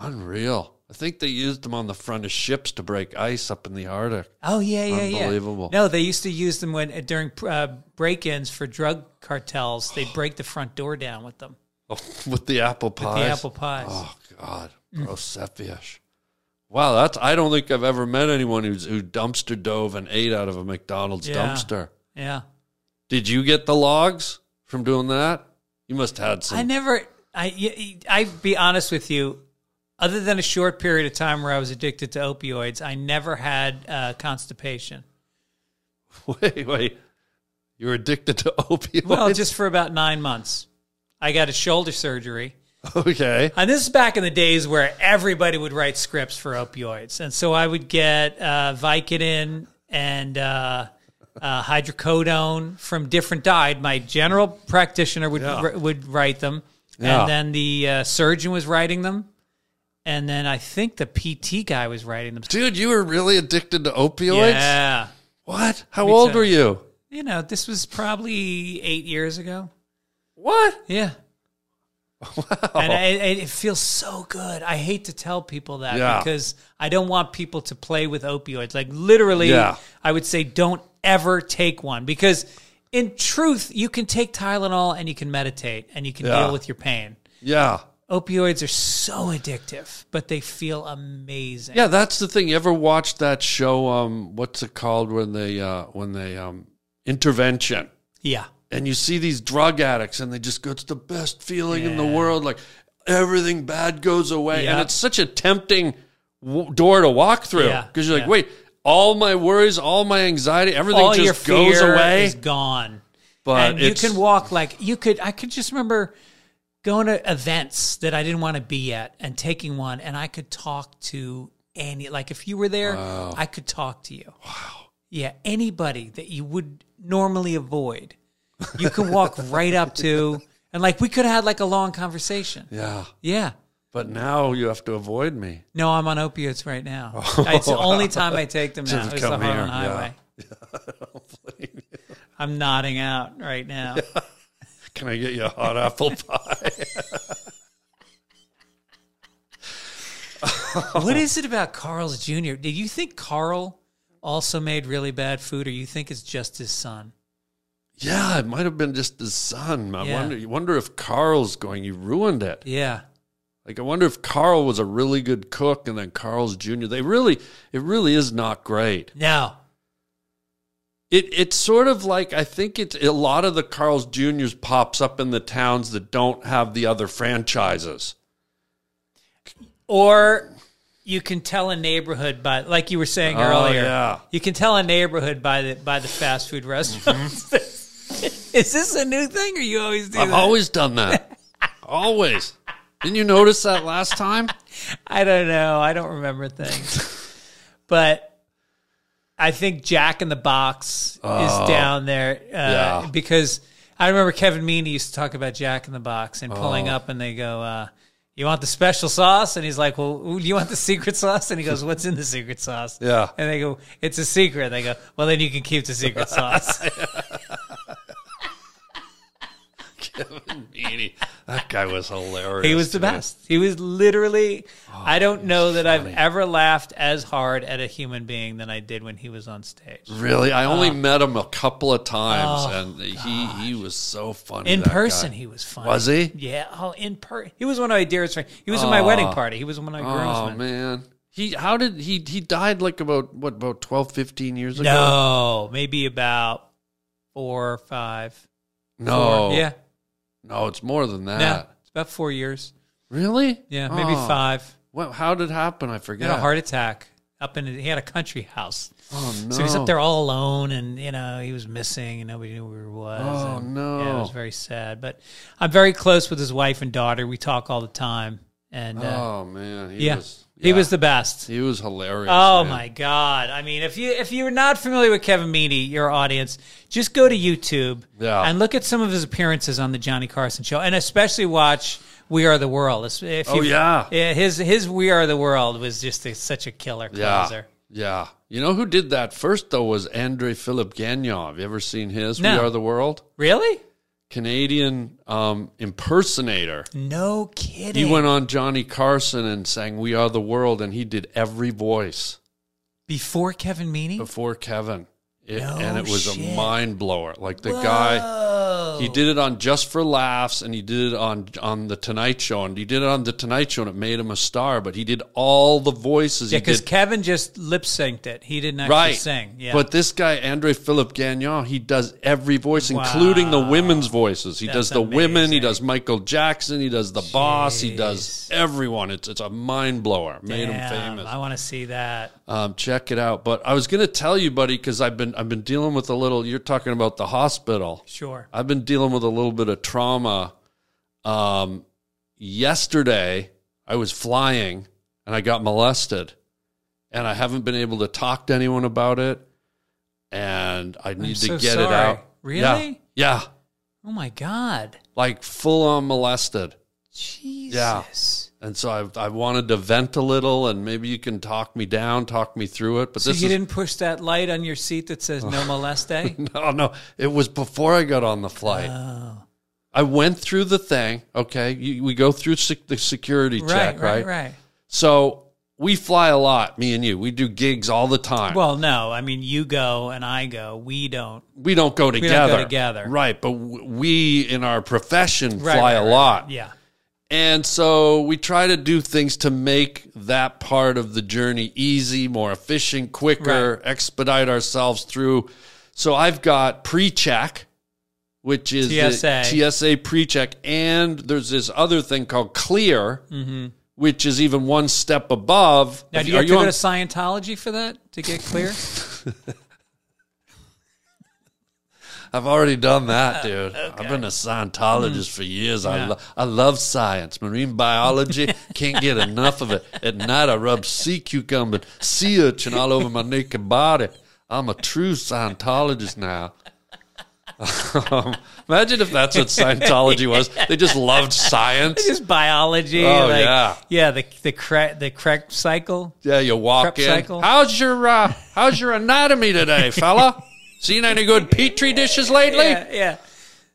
Speaker 2: Unreal. I think they used them on the front of ships to break ice up in the Arctic.
Speaker 1: Oh yeah, yeah, yeah.
Speaker 2: Unbelievable.
Speaker 1: No, they used to use them when during uh, break-ins for drug cartels. They break the front door down with them.
Speaker 2: Oh, with the apple pies.
Speaker 1: The apple pies.
Speaker 2: Oh God, Grosefish. Wow, that's I don't think I've ever met anyone who's who dumpster dove and ate out of a McDonald's
Speaker 1: Yeah.
Speaker 2: dumpster.
Speaker 1: Yeah.
Speaker 2: Did you get the logs from doing that? You must have had some.
Speaker 1: I never. I y- I be honest with you. Other than a short period of time where I was addicted to opioids, I never had uh, constipation.
Speaker 2: Wait, wait. You were addicted to opioids.
Speaker 1: Well, just for about nine months, I got a shoulder surgery,
Speaker 2: okay.
Speaker 1: and Uh, this is back in the days where everybody would write scripts for opioids, and so I would get uh, Vicodin and uh, uh, hydrocodone from different. Died. My general practitioner would
Speaker 2: Yeah.
Speaker 1: wr- would write them,
Speaker 2: Yeah.
Speaker 1: and then the uh, surgeon was writing them, and then I think the PT guy was writing them.
Speaker 2: Dude, you were really addicted to opioids?
Speaker 1: Yeah,
Speaker 2: What? How old
Speaker 1: too.
Speaker 2: were you?
Speaker 1: you know, this was probably eight years ago.
Speaker 2: What?
Speaker 1: Yeah. And I, I, it feels so good. I hate to tell people that
Speaker 2: Yeah.
Speaker 1: because I don't want people to play with opioids. Like literally,
Speaker 2: Yeah.
Speaker 1: I would say don't ever take one because in truth, you can take Tylenol and you can meditate and you can
Speaker 2: Yeah.
Speaker 1: deal with your pain.
Speaker 2: Yeah.
Speaker 1: Opioids are so addictive, but they feel amazing.
Speaker 2: Yeah, that's the thing. You ever watched that show um what's it called when they uh when they um intervention?
Speaker 1: Yeah.
Speaker 2: and you see these drug addicts and they just go it's the best feeling in the world like everything bad goes away and
Speaker 1: Yeah.
Speaker 2: it's such a tempting w- door to walk through
Speaker 1: Yeah,
Speaker 2: because you're like
Speaker 1: yeah.
Speaker 2: wait all my worries all my anxiety everything
Speaker 1: All your
Speaker 2: just
Speaker 1: fear
Speaker 2: goes away
Speaker 1: is gone.
Speaker 2: but
Speaker 1: and you
Speaker 2: it's,
Speaker 1: can walk like you could i could just remember going to events that i didn't want to be at and taking one and i could talk to any like if you were there i could talk to you wow yeah anybody that you would normally avoid you can walk right up to and like we could have had like a long conversation yeah,
Speaker 2: yeah but now you have to avoid me
Speaker 1: no i'm on opiates right now it's the only time i take them now
Speaker 2: Oh, Just
Speaker 1: it's the
Speaker 2: come
Speaker 1: harlan
Speaker 2: here, yeah.
Speaker 1: highway i'm nodding out right now
Speaker 2: can i get you a hot apple pie
Speaker 1: What is it about Carl's Jr.? Do you think Carl also made really bad food, or you think it's just his son?
Speaker 2: yeah it might have been just his son i
Speaker 1: Yeah.
Speaker 2: wonder you wonder if carl's going you ruined it
Speaker 1: Yeah.
Speaker 2: Like I wonder if Carl was a really good cook and then Carl's Jr. They really it really is not great.
Speaker 1: No.
Speaker 2: It it's sort of like I think it's a lot of the Carl's Jr.'s pops up in the towns that don't have the other franchises.
Speaker 1: Or you can tell a neighborhood by, like you were saying
Speaker 2: Oh,
Speaker 1: earlier,
Speaker 2: yeah.
Speaker 1: you can tell a neighborhood by the by the fast food restaurants. is this a new thing, or you always do
Speaker 2: Mm-hmm. I've
Speaker 1: that?
Speaker 2: always done that. always. Didn't you notice that last time?
Speaker 1: I don't know. I don't remember things, but. I think Jack in the Box is down there uh,
Speaker 2: Oh. yeah.
Speaker 1: because I remember Kevin Meaney used to talk about Jack in the Box and pulling
Speaker 2: Oh.
Speaker 1: up, and they go, uh, "You want the special sauce?" And he's like, "Well, ooh, do you want the secret sauce?" And he goes, "What's in the secret sauce?"
Speaker 2: Yeah.
Speaker 1: and they go, "It's a secret." And they go, "Well, then you can keep the secret sauce."
Speaker 2: Meanie. That guy was hilarious.
Speaker 1: he was the
Speaker 2: dude.
Speaker 1: best. He was literally.
Speaker 2: Oh,
Speaker 1: I don't know that I've ever laughed as hard at a human being than I did when he was on stage
Speaker 2: Really? I
Speaker 1: Oh.
Speaker 2: only met him a couple of times and he he was so funny.
Speaker 1: in
Speaker 2: that guy.
Speaker 1: person. He was funny.
Speaker 2: Was he?
Speaker 1: Yeah, oh, in per. He was one of my dearest friends. He was at my wedding party. He was one of my
Speaker 2: Oh
Speaker 1: groomsmen.
Speaker 2: man. He how did he he died like about what about 12 15 years ago?
Speaker 1: No, maybe about four or five.
Speaker 2: No.
Speaker 1: Four. Yeah.
Speaker 2: No, it's more than that.
Speaker 1: No, it's about four years.
Speaker 2: Really?
Speaker 1: Yeah, maybe
Speaker 2: Oh.
Speaker 1: five.
Speaker 2: What how did it happen? I
Speaker 1: He
Speaker 2: forget.
Speaker 1: had a heart attack up in. He had a country house,
Speaker 2: oh no.
Speaker 1: so he was up there all alone, and you know he was missing, and nobody knew where he was.
Speaker 2: Oh,
Speaker 1: and,
Speaker 2: no.
Speaker 1: Yeah, it was very sad. But I'm very close with his wife and daughter. We talk all the time, and uh,
Speaker 2: Oh man, he
Speaker 1: yeah,
Speaker 2: was
Speaker 1: he was the best.
Speaker 2: he was hilarious.
Speaker 1: Oh
Speaker 2: man.
Speaker 1: my god! I mean, if you if you're not familiar with Kevin Meaney, your audience, just go to YouTube
Speaker 2: Yeah.
Speaker 1: and look at some of his appearances on the Johnny Carson show, and especially watch "We Are the World." If if
Speaker 2: Oh,
Speaker 1: you've-
Speaker 2: yeah.
Speaker 1: his his "We Are the World" was just a, such a killer
Speaker 2: Yeah.
Speaker 1: closer.
Speaker 2: Yeah. You know who did that first though was Andre Philip Gagnon. Have you ever seen his
Speaker 1: No.
Speaker 2: We Are the World?
Speaker 1: Really?
Speaker 2: Canadian um, impersonator.
Speaker 1: No kidding.
Speaker 2: He went on Johnny Carson and sang "We Are the World," and he did every voice
Speaker 1: before Kevin Meaney.
Speaker 2: before Kevin. It-
Speaker 1: No
Speaker 2: and it was
Speaker 1: shit.
Speaker 2: a mind blower. Like the guy, he did it on Just for Laughs, and he did it on on the Tonight Show, and he did it on the Tonight Show, and it made him a star. But he did all the voices.
Speaker 1: Yeah,
Speaker 2: he
Speaker 1: because
Speaker 2: did
Speaker 1: Kevin just lip synced it. He didn't actually
Speaker 2: right.
Speaker 1: sing. Yeah,
Speaker 2: But this guy, Andre Philip Gagnon, he does every voice, including the women's voices. He
Speaker 1: That's
Speaker 2: does the women, he
Speaker 1: amazing.
Speaker 2: does Michael Jackson, he does the boss, he does everyone. It's it's a mind blower. Made him
Speaker 1: Damn,
Speaker 2: famous.
Speaker 1: I want to see that.
Speaker 2: Um, check it out. But I was gonna tell you, buddy, because I've been I've been dealing with a little you're talking about the hospital.
Speaker 1: Sure.
Speaker 2: I've been dealing with a little bit of trauma. Um, yesterday, I was flying and I got molested, and I haven't been able to talk to anyone about it. And I need
Speaker 1: so
Speaker 2: to get it
Speaker 1: sorry.
Speaker 2: out.
Speaker 1: Really?
Speaker 2: Yeah. yeah.
Speaker 1: Oh my God,
Speaker 2: Like full on molested.
Speaker 1: Jesus!
Speaker 2: And so I've, I wanted to vent a little, and maybe you can talk me down, talk me through it. But
Speaker 1: So
Speaker 2: this
Speaker 1: you
Speaker 2: is
Speaker 1: didn't push that light on your seat that says "No Molest Day."
Speaker 2: No, no. It was before I got on the flight. I went through the thing. Okay. You, we go through sec- the security
Speaker 1: right,
Speaker 2: check,
Speaker 1: right,
Speaker 2: right?
Speaker 1: right.
Speaker 2: So we fly a lot, me and you. We do gigs all the time.
Speaker 1: Well, no, I mean you go and I go. We don't.
Speaker 2: we don't go
Speaker 1: go
Speaker 2: together.
Speaker 1: together.
Speaker 2: Right. But w- we in our profession
Speaker 1: Right,
Speaker 2: fly
Speaker 1: right,
Speaker 2: a
Speaker 1: right,
Speaker 2: lot.
Speaker 1: Yeah.
Speaker 2: And so we try to do things to make that part of the journey easy, more efficient, quicker, expedite ourselves through. So I've got pre check, which is
Speaker 1: TSA.
Speaker 2: The TSA pre check. And there's this other thing called clear, which is even one step above.
Speaker 1: Mm-hmm. Now,
Speaker 2: If
Speaker 1: do
Speaker 2: you-
Speaker 1: you
Speaker 2: are
Speaker 1: have to
Speaker 2: you
Speaker 1: go
Speaker 2: on-
Speaker 1: to Scientology for that to get clear?
Speaker 2: I've already done that, dude. I've been a Scientologist
Speaker 1: Mm.
Speaker 2: for years. I, lo- I love science, marine biology. Can't get enough of it. At night, I rub sea cucumber, sea urchin all over my naked body. I'm a true Scientologist now. Um, imagine if that's what Scientology was. They just loved science.
Speaker 1: Just biology.
Speaker 2: Oh,
Speaker 1: like,
Speaker 2: yeah.
Speaker 1: Yeah. The the cre- the correct cycle.
Speaker 2: Yeah, you walk
Speaker 1: Prep
Speaker 2: in.
Speaker 1: cycle.
Speaker 2: How's your uh, How's your anatomy today, fella? Seen any good petri dishes lately?
Speaker 1: Yeah.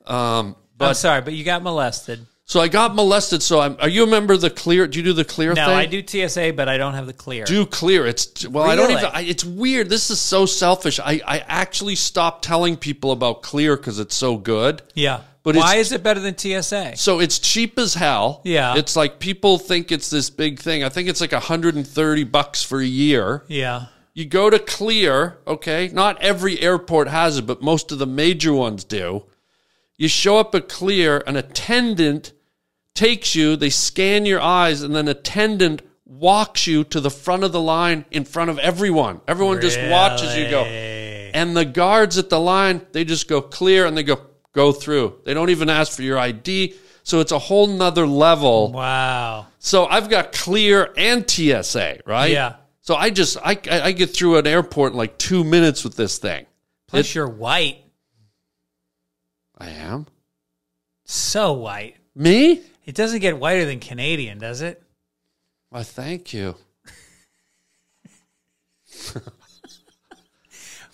Speaker 1: Yeah.
Speaker 2: Um,
Speaker 1: I'm sorry, but you got molested.
Speaker 2: So I got molested. So I'm. Are you a member of the clear? Do you do the clear
Speaker 1: No,
Speaker 2: thing?
Speaker 1: I do TSA, but I don't have the clear.
Speaker 2: Do clear. It's well, I don't
Speaker 1: Really?
Speaker 2: even. I, it's weird. This is so selfish. I I actually stopped telling people about clear because it's so good.
Speaker 1: yeah. But
Speaker 2: But
Speaker 1: why
Speaker 2: it's-
Speaker 1: is it better than TSA?
Speaker 2: So it's cheap as hell.
Speaker 1: Yeah.
Speaker 2: It's like people think it's this big thing. I think it's like 130 bucks for a year.
Speaker 1: Yeah.
Speaker 2: You go to Clear, okay? Not every airport has it, but most of the major ones do. You show up at Clear, an attendant takes you, they scan your eyes, and then attendant walks you to the front of the line in front of everyone. Everyone just watches you go. And the guards at the line, they just go clear and they go go through. They don't even ask for your ID. So it's a whole nother level.
Speaker 1: Wow.
Speaker 2: So I've got clear and TSA, right?
Speaker 1: Yeah.
Speaker 2: So I just I I I get through an airport in like two minutes with this thing.
Speaker 1: Plus, you're white.
Speaker 2: I am
Speaker 1: So white.
Speaker 2: me.
Speaker 1: It doesn't get whiter than Canadian, does it?
Speaker 2: Why, thank you.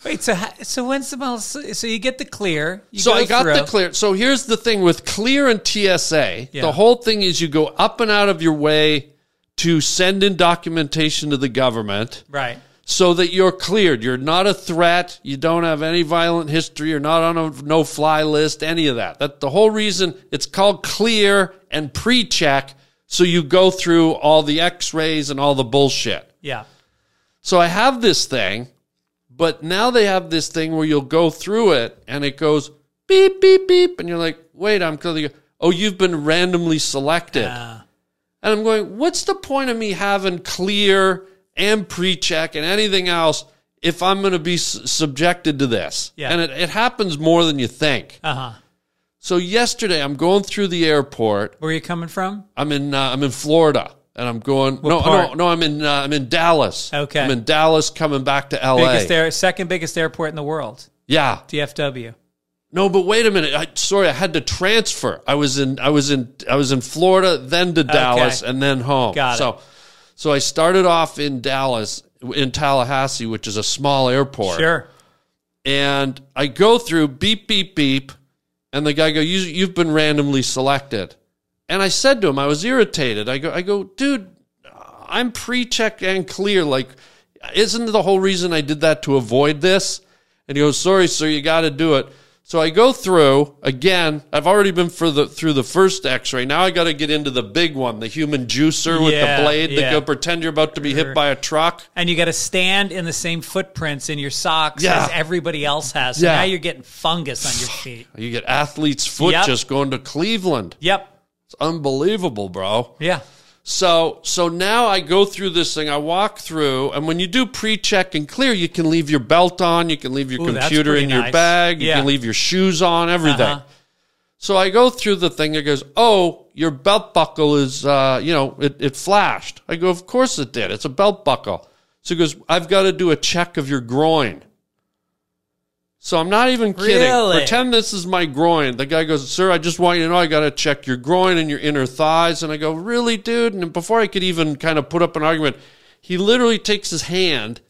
Speaker 1: Wait, so how, so when's the mol- so you get the clear? You
Speaker 2: so
Speaker 1: go
Speaker 2: I got the
Speaker 1: through.
Speaker 2: clear. So here's the thing with clear and TSA.
Speaker 1: Yeah.
Speaker 2: The whole thing is you go up and out of your way to send in documentation to the government
Speaker 1: Right.
Speaker 2: so that you're cleared. You're not a threat. You don't have any violent history. You're not on a no fly list, any of that. That the whole reason it's called clear and pre check. So you go through all the x rays and all the bullshit.
Speaker 1: Yeah.
Speaker 2: So I have this thing, but now they have this thing where you'll go through it and it goes beep, beep, beep. And you're like, wait, I'm clearly, oh, you've been randomly selected. And I'm going, what's the point of me having clear and pre check and anything else if I'm going to be s- subjected to this?
Speaker 1: Yeah.
Speaker 2: And it, it happens more than you think.
Speaker 1: Uh huh.
Speaker 2: So yesterday, I'm going through the airport.
Speaker 1: Where are you coming from?
Speaker 2: I'm in uh, I'm in Florida, and I'm going. no, no,
Speaker 1: part?
Speaker 2: no. I'm in uh, I'm in Dallas.
Speaker 1: Okay.
Speaker 2: I'm in Dallas, coming back to L.A.
Speaker 1: Biggest air, second biggest airport in the world,
Speaker 2: yeah.
Speaker 1: DFW.
Speaker 2: No, but wait a minute. I, sorry, I had to transfer. I was in I was in I was in Florida, then to Dallas, and then home.
Speaker 1: Got it.
Speaker 2: so, so I started off in Dallas, in Tallahassee, which is a small airport.
Speaker 1: Sure.
Speaker 2: And I go through beep beep beep, And the guy go, you, you've been randomly selected. And I said to him, I was irritated. I go, I go, dude, I'm pre-checked and clear. Like, isn't the whole reason I did that to avoid this? And he goes, sorry, sir, you got to do it. So I go through again. I've already been for the through the first X-ray. Now I got to get into the big one, the human juicer with
Speaker 1: Yeah,
Speaker 2: the blade that
Speaker 1: yeah.
Speaker 2: go pretend you're about to be hit by a truck.
Speaker 1: And you got to stand in the same footprints in your socks
Speaker 2: Yeah.
Speaker 1: as everybody else has. So
Speaker 2: Yeah.
Speaker 1: now you're getting fungus on your feet.
Speaker 2: You get athlete's foot
Speaker 1: Yep.
Speaker 2: just going to Cleveland.
Speaker 1: Yep.
Speaker 2: It's unbelievable, bro.
Speaker 1: Yeah.
Speaker 2: So so now I go through this thing. I walk through, and when you do pre-check and clear, you can leave your belt on, you can leave your
Speaker 1: Ooh, that's
Speaker 2: computer in
Speaker 1: pretty
Speaker 2: your
Speaker 1: nice.
Speaker 2: bag, you
Speaker 1: Yeah.
Speaker 2: can leave your shoes on, everything.
Speaker 1: Uh-huh.
Speaker 2: So I go through the thing. It goes, oh, your belt buckle is, uh, you know, it, it flashed. I go, of course it did. It's a belt buckle. So he goes, I've got to do a check of your groin. So I'm not even kidding.
Speaker 1: Really?
Speaker 2: Pretend this is my groin. The guy goes, Sir, I just want you to know I got to check your groin and your inner thighs. And I go, Really, dude? And before I could even kind of put up an argument, he literally takes his hand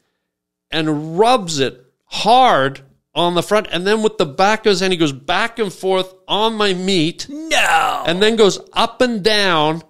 Speaker 2: and rubs it hard on the front. And then with the back of his hand, he goes back and forth on my meat
Speaker 1: No.
Speaker 2: and then goes up and down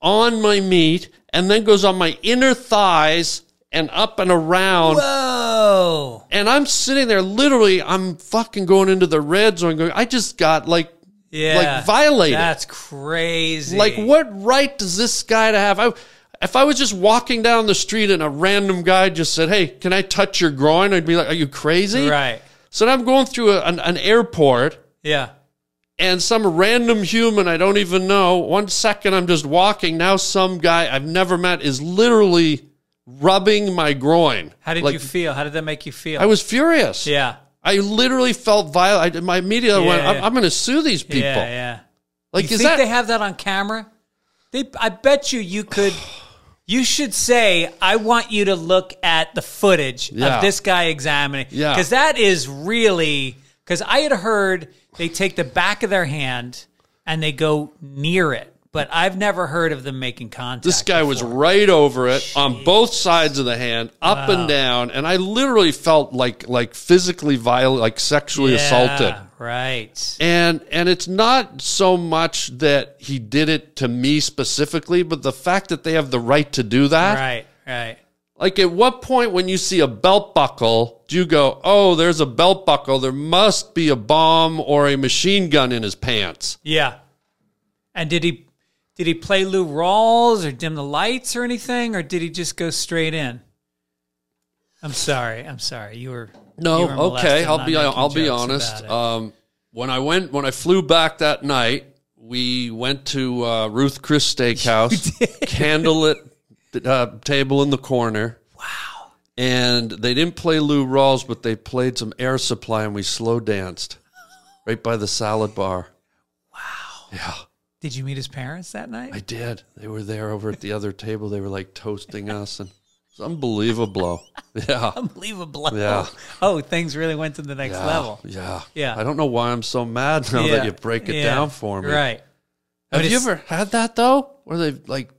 Speaker 2: on my meat and then goes on my inner thighs and up and around.
Speaker 1: Whoa.
Speaker 2: And I'm sitting there, literally, I'm fucking going into the red zone. Going, I just got like,
Speaker 1: Yeah.
Speaker 2: like violated.
Speaker 1: That's crazy.
Speaker 2: like, what right does this guy to have? I, if I was just walking down the street and a random guy just said, "Hey, can I touch your groin?" I'd be like, "Are you crazy?"
Speaker 1: Right.
Speaker 2: So now I'm going through a, an, an airport,
Speaker 1: Yeah.
Speaker 2: and some random human I don't even know. One second I'm just walking. Now some guy I've never met is literally rubbing my groin.
Speaker 1: How did
Speaker 2: Like,
Speaker 1: you feel? How did that make you feel?
Speaker 2: I was furious.
Speaker 1: Yeah.
Speaker 2: I literally felt violent. I, my media went,
Speaker 1: Yeah,
Speaker 2: I'm,
Speaker 1: yeah.
Speaker 2: I'm going to sue these people.
Speaker 1: Yeah. Yeah.
Speaker 2: Like,
Speaker 1: you
Speaker 2: is
Speaker 1: think
Speaker 2: that?
Speaker 1: they have that on camera? They, I bet you you could. You should say, "I want you to look at the footage
Speaker 2: Yeah.
Speaker 1: of this guy examining," because
Speaker 2: Yeah.
Speaker 1: that is really. Because I had heard they take the back of their hand and they go near it, but I've never heard of them making contact.
Speaker 2: this guy was right over it on both sides of the hand, up and down, and I literally felt like like physically violent, like sexually assaulted.
Speaker 1: right?
Speaker 2: And and it's not so much that he did it to me specifically, but the fact that they have the right to do that.
Speaker 1: Right, right.
Speaker 2: Like at what point when you see a belt buckle, do you go, "Oh, there's a belt buckle. There must be a bomb or a machine gun in his pants."
Speaker 1: Yeah. And did he did he play Lou Rawls or dim the lights or anything, or did he just go straight in? I'm sorry. I'm sorry. You were you
Speaker 2: No,
Speaker 1: were
Speaker 2: okay,
Speaker 1: molested.
Speaker 2: I'll
Speaker 1: I'm
Speaker 2: be
Speaker 1: not making
Speaker 2: I'll be
Speaker 1: jokes
Speaker 2: honest.
Speaker 1: about it.
Speaker 2: Um, when I went when I flew back that night, we went to uh, Ruth Chris Steakhouse, candlelit uh, table in the corner. Wow! And they didn't play Lou Rawls, but they played some Air Supply, and we slow danced right by the salad bar.
Speaker 1: did you meet his parents that night?
Speaker 2: I did. They were there over at the other table. They were like toasting us, and it's unbelievable. Yeah.
Speaker 1: Unbelievable.
Speaker 2: Yeah.
Speaker 1: Oh, things really went to the next
Speaker 2: Yeah,
Speaker 1: level.
Speaker 2: Yeah.
Speaker 1: Yeah.
Speaker 2: I don't know why I'm so mad now
Speaker 1: Yeah.
Speaker 2: that you break it
Speaker 1: Yeah.
Speaker 2: down for me.
Speaker 1: Right.
Speaker 2: Have
Speaker 1: But
Speaker 2: you
Speaker 1: it's-
Speaker 2: ever had that though? Where they like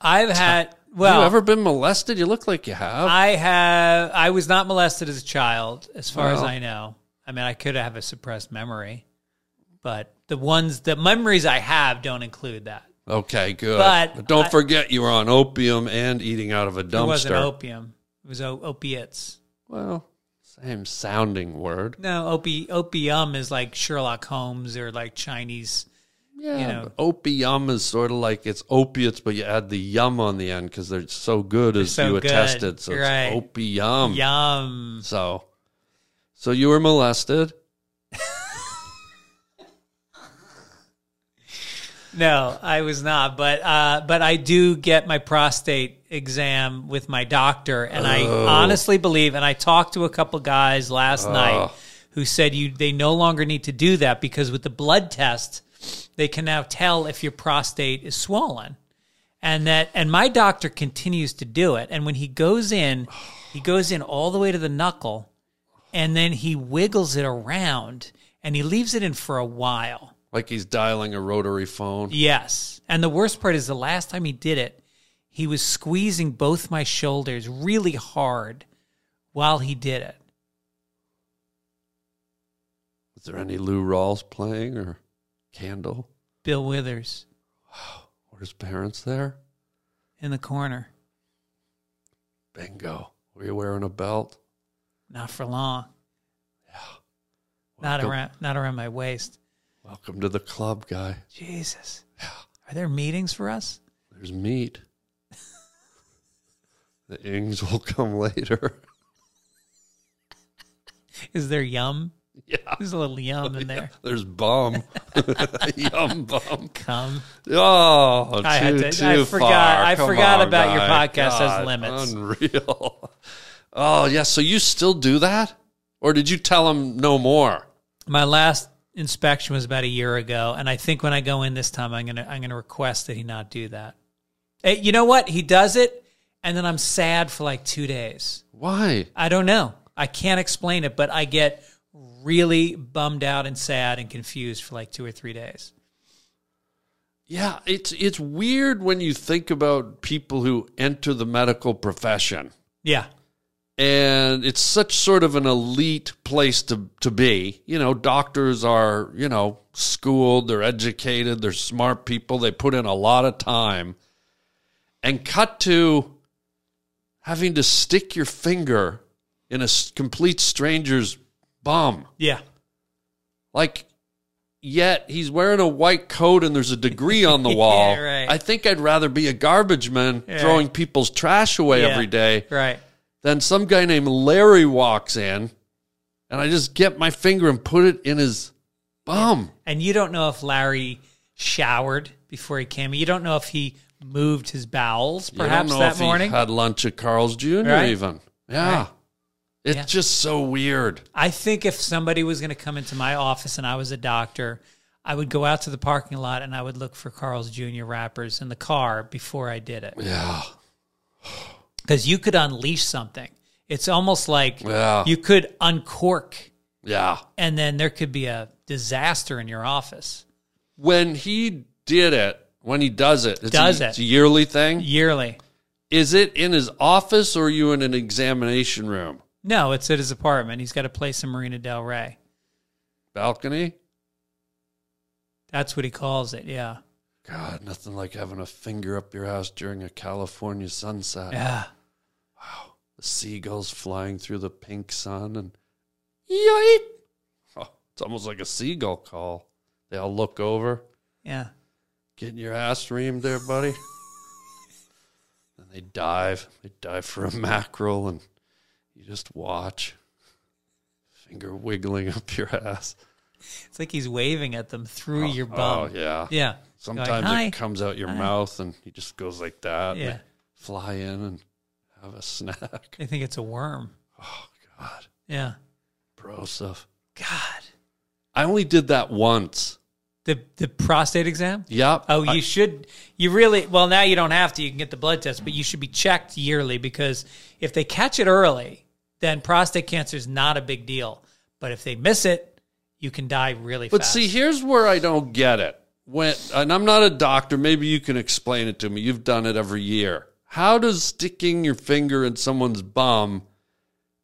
Speaker 1: I've had well
Speaker 2: you ever been molested? You look like you have.
Speaker 1: I have. I was not molested as a child, as far as
Speaker 2: Wow.
Speaker 1: I know. I mean, I could have a suppressed memory, but the ones, the memories I have don't include that.
Speaker 2: okay, good.
Speaker 1: But
Speaker 2: don't
Speaker 1: I-
Speaker 2: forget you were on opium and eating out of a dumpster.
Speaker 1: It wasn't opium. It was o- opiates.
Speaker 2: well, same sounding word.
Speaker 1: No, opi- opium is like Sherlock Holmes or like Chinese.
Speaker 2: Yeah.
Speaker 1: know.
Speaker 2: but opium is sort of like it's opiates, but you add the yum on the end because they're so good as
Speaker 1: so
Speaker 2: you
Speaker 1: good.
Speaker 2: attested. So
Speaker 1: Right.
Speaker 2: it's opium.
Speaker 1: Yum.
Speaker 2: So, so you were molested.
Speaker 1: No, I was not. But uh, but I do get my prostate exam with my doctor, and I honestly believe. And I talked to a couple guys last night who said you they no longer need to do that because with the blood test, they can now tell if your prostate is swollen, and that and my doctor continues to do it. And when he goes in, he goes in all the way to the knuckle, and then he wiggles it around, and he leaves it in for a while.
Speaker 2: Like he's dialing a rotary phone.
Speaker 1: Yes. And the worst part is the last time he did it, he was squeezing both my shoulders really hard while he did it.
Speaker 2: Is there any Lou Rawls playing or Candle?
Speaker 1: Bill Withers
Speaker 2: Were his parents there?
Speaker 1: in the corner.
Speaker 2: Bingo. Were you wearing a belt?
Speaker 1: Not for long. Not
Speaker 2: Welcome-
Speaker 1: around. Not around my waist.
Speaker 2: Welcome to the club, guy.
Speaker 1: Jesus. Are there meetings for us?
Speaker 2: There's meat. the ings will come later.
Speaker 1: Is there yum?
Speaker 2: yeah.
Speaker 1: There's a little yum in there.
Speaker 2: There's bum. Yum bum.
Speaker 1: Come.
Speaker 2: Oh,
Speaker 1: I had
Speaker 2: too,
Speaker 1: to-
Speaker 2: too
Speaker 1: I forgot-
Speaker 2: far.
Speaker 1: I
Speaker 2: Come
Speaker 1: forgot
Speaker 2: on,
Speaker 1: about your
Speaker 2: guy.
Speaker 1: podcast has
Speaker 2: God,
Speaker 1: limits.
Speaker 2: Unreal. Oh, yeah. So you still do that? Or did you tell him no more?
Speaker 1: My last inspection was about a year ago, and I think when I go in this time, I'm gonna I'm gonna request that he not do that. Eh, you know what? He does it, and then I'm sad for like two days.
Speaker 2: Why?
Speaker 1: I don't know. I can't explain it, but I get really bummed out and sad and confused for like two or three days.
Speaker 2: Yeah, it's it's weird when you think about people who enter the medical profession.
Speaker 1: Yeah.
Speaker 2: and it's such sort of an elite place to to be. You know, doctors are you know schooled, they're educated, they're smart people. They put in a lot of time, and cut to having to stick your finger in a s- complete stranger's bum.
Speaker 1: Yeah.
Speaker 2: Like, yet he's wearing a white coat and there's a degree on the wall.
Speaker 1: right.
Speaker 2: I think I'd rather be a garbage man throwing people's trash away
Speaker 1: Yeah.
Speaker 2: every day
Speaker 1: Right.
Speaker 2: then some guy named Larry walks in, and I just get my finger and put it in his bum.
Speaker 1: And you don't know if Larry showered before he came. You don't know if he moved his bowels perhaps
Speaker 2: you don't know
Speaker 1: that
Speaker 2: if
Speaker 1: morning.
Speaker 2: he had lunch at Carl's Jr.
Speaker 1: Right.
Speaker 2: Even yeah,
Speaker 1: Right.
Speaker 2: it's
Speaker 1: Yeah.
Speaker 2: just so weird.
Speaker 1: I think if somebody was going to come into my office and I was a doctor, I would go out to the parking lot and I would look for Carl's Jr. wrappers in the car before I did it.
Speaker 2: Yeah,
Speaker 1: Because you could unleash something. It's almost like
Speaker 2: Yeah.
Speaker 1: you could uncork
Speaker 2: yeah.
Speaker 1: and then there could be a disaster in your office
Speaker 2: When he did it, when he does it, it's
Speaker 1: Does
Speaker 2: a,
Speaker 1: it.
Speaker 2: It's a yearly thing.
Speaker 1: yearly.
Speaker 2: Is it in his office or are you in an examination room
Speaker 1: No, it's at his apartment. He's got a place in Marina Del Rey.
Speaker 2: balcony?
Speaker 1: That's what he calls it. Yeah.
Speaker 2: God, nothing like having a finger up your ass during a California sunset.
Speaker 1: Yeah.
Speaker 2: the seagulls flying through the pink sun and Yoip! Oh, it's almost like a seagull call. They all look over,
Speaker 1: Yeah.
Speaker 2: getting your ass reamed there, buddy. and they dive. They dive for a mackerel and you just watch. Finger wiggling up your ass.
Speaker 1: It's like he's waving at them through your
Speaker 2: Oh
Speaker 1: bum.
Speaker 2: yeah.
Speaker 1: yeah.
Speaker 2: Sometimes
Speaker 1: Going, "Hi."
Speaker 2: it comes out your mouth and he just goes like that. and
Speaker 1: Yeah.
Speaker 2: they Fly in and have a snack.
Speaker 1: I think it's a worm.
Speaker 2: Oh, God.
Speaker 1: Yeah.
Speaker 2: Bro stuff.
Speaker 1: God.
Speaker 2: I only did that once.
Speaker 1: The the prostate exam?
Speaker 2: Yep.
Speaker 1: Oh, you
Speaker 2: I-
Speaker 1: should you really well now you don't have to, you can get the blood test, but you should be checked yearly because if they catch it early, then prostate cancer is not a big deal. But if they miss it, you can die really
Speaker 2: But
Speaker 1: fast.
Speaker 2: see, here's where I don't get it. When and I'm not a doctor, maybe you can explain it to me. You've done it every year. How does sticking your finger in someone's bum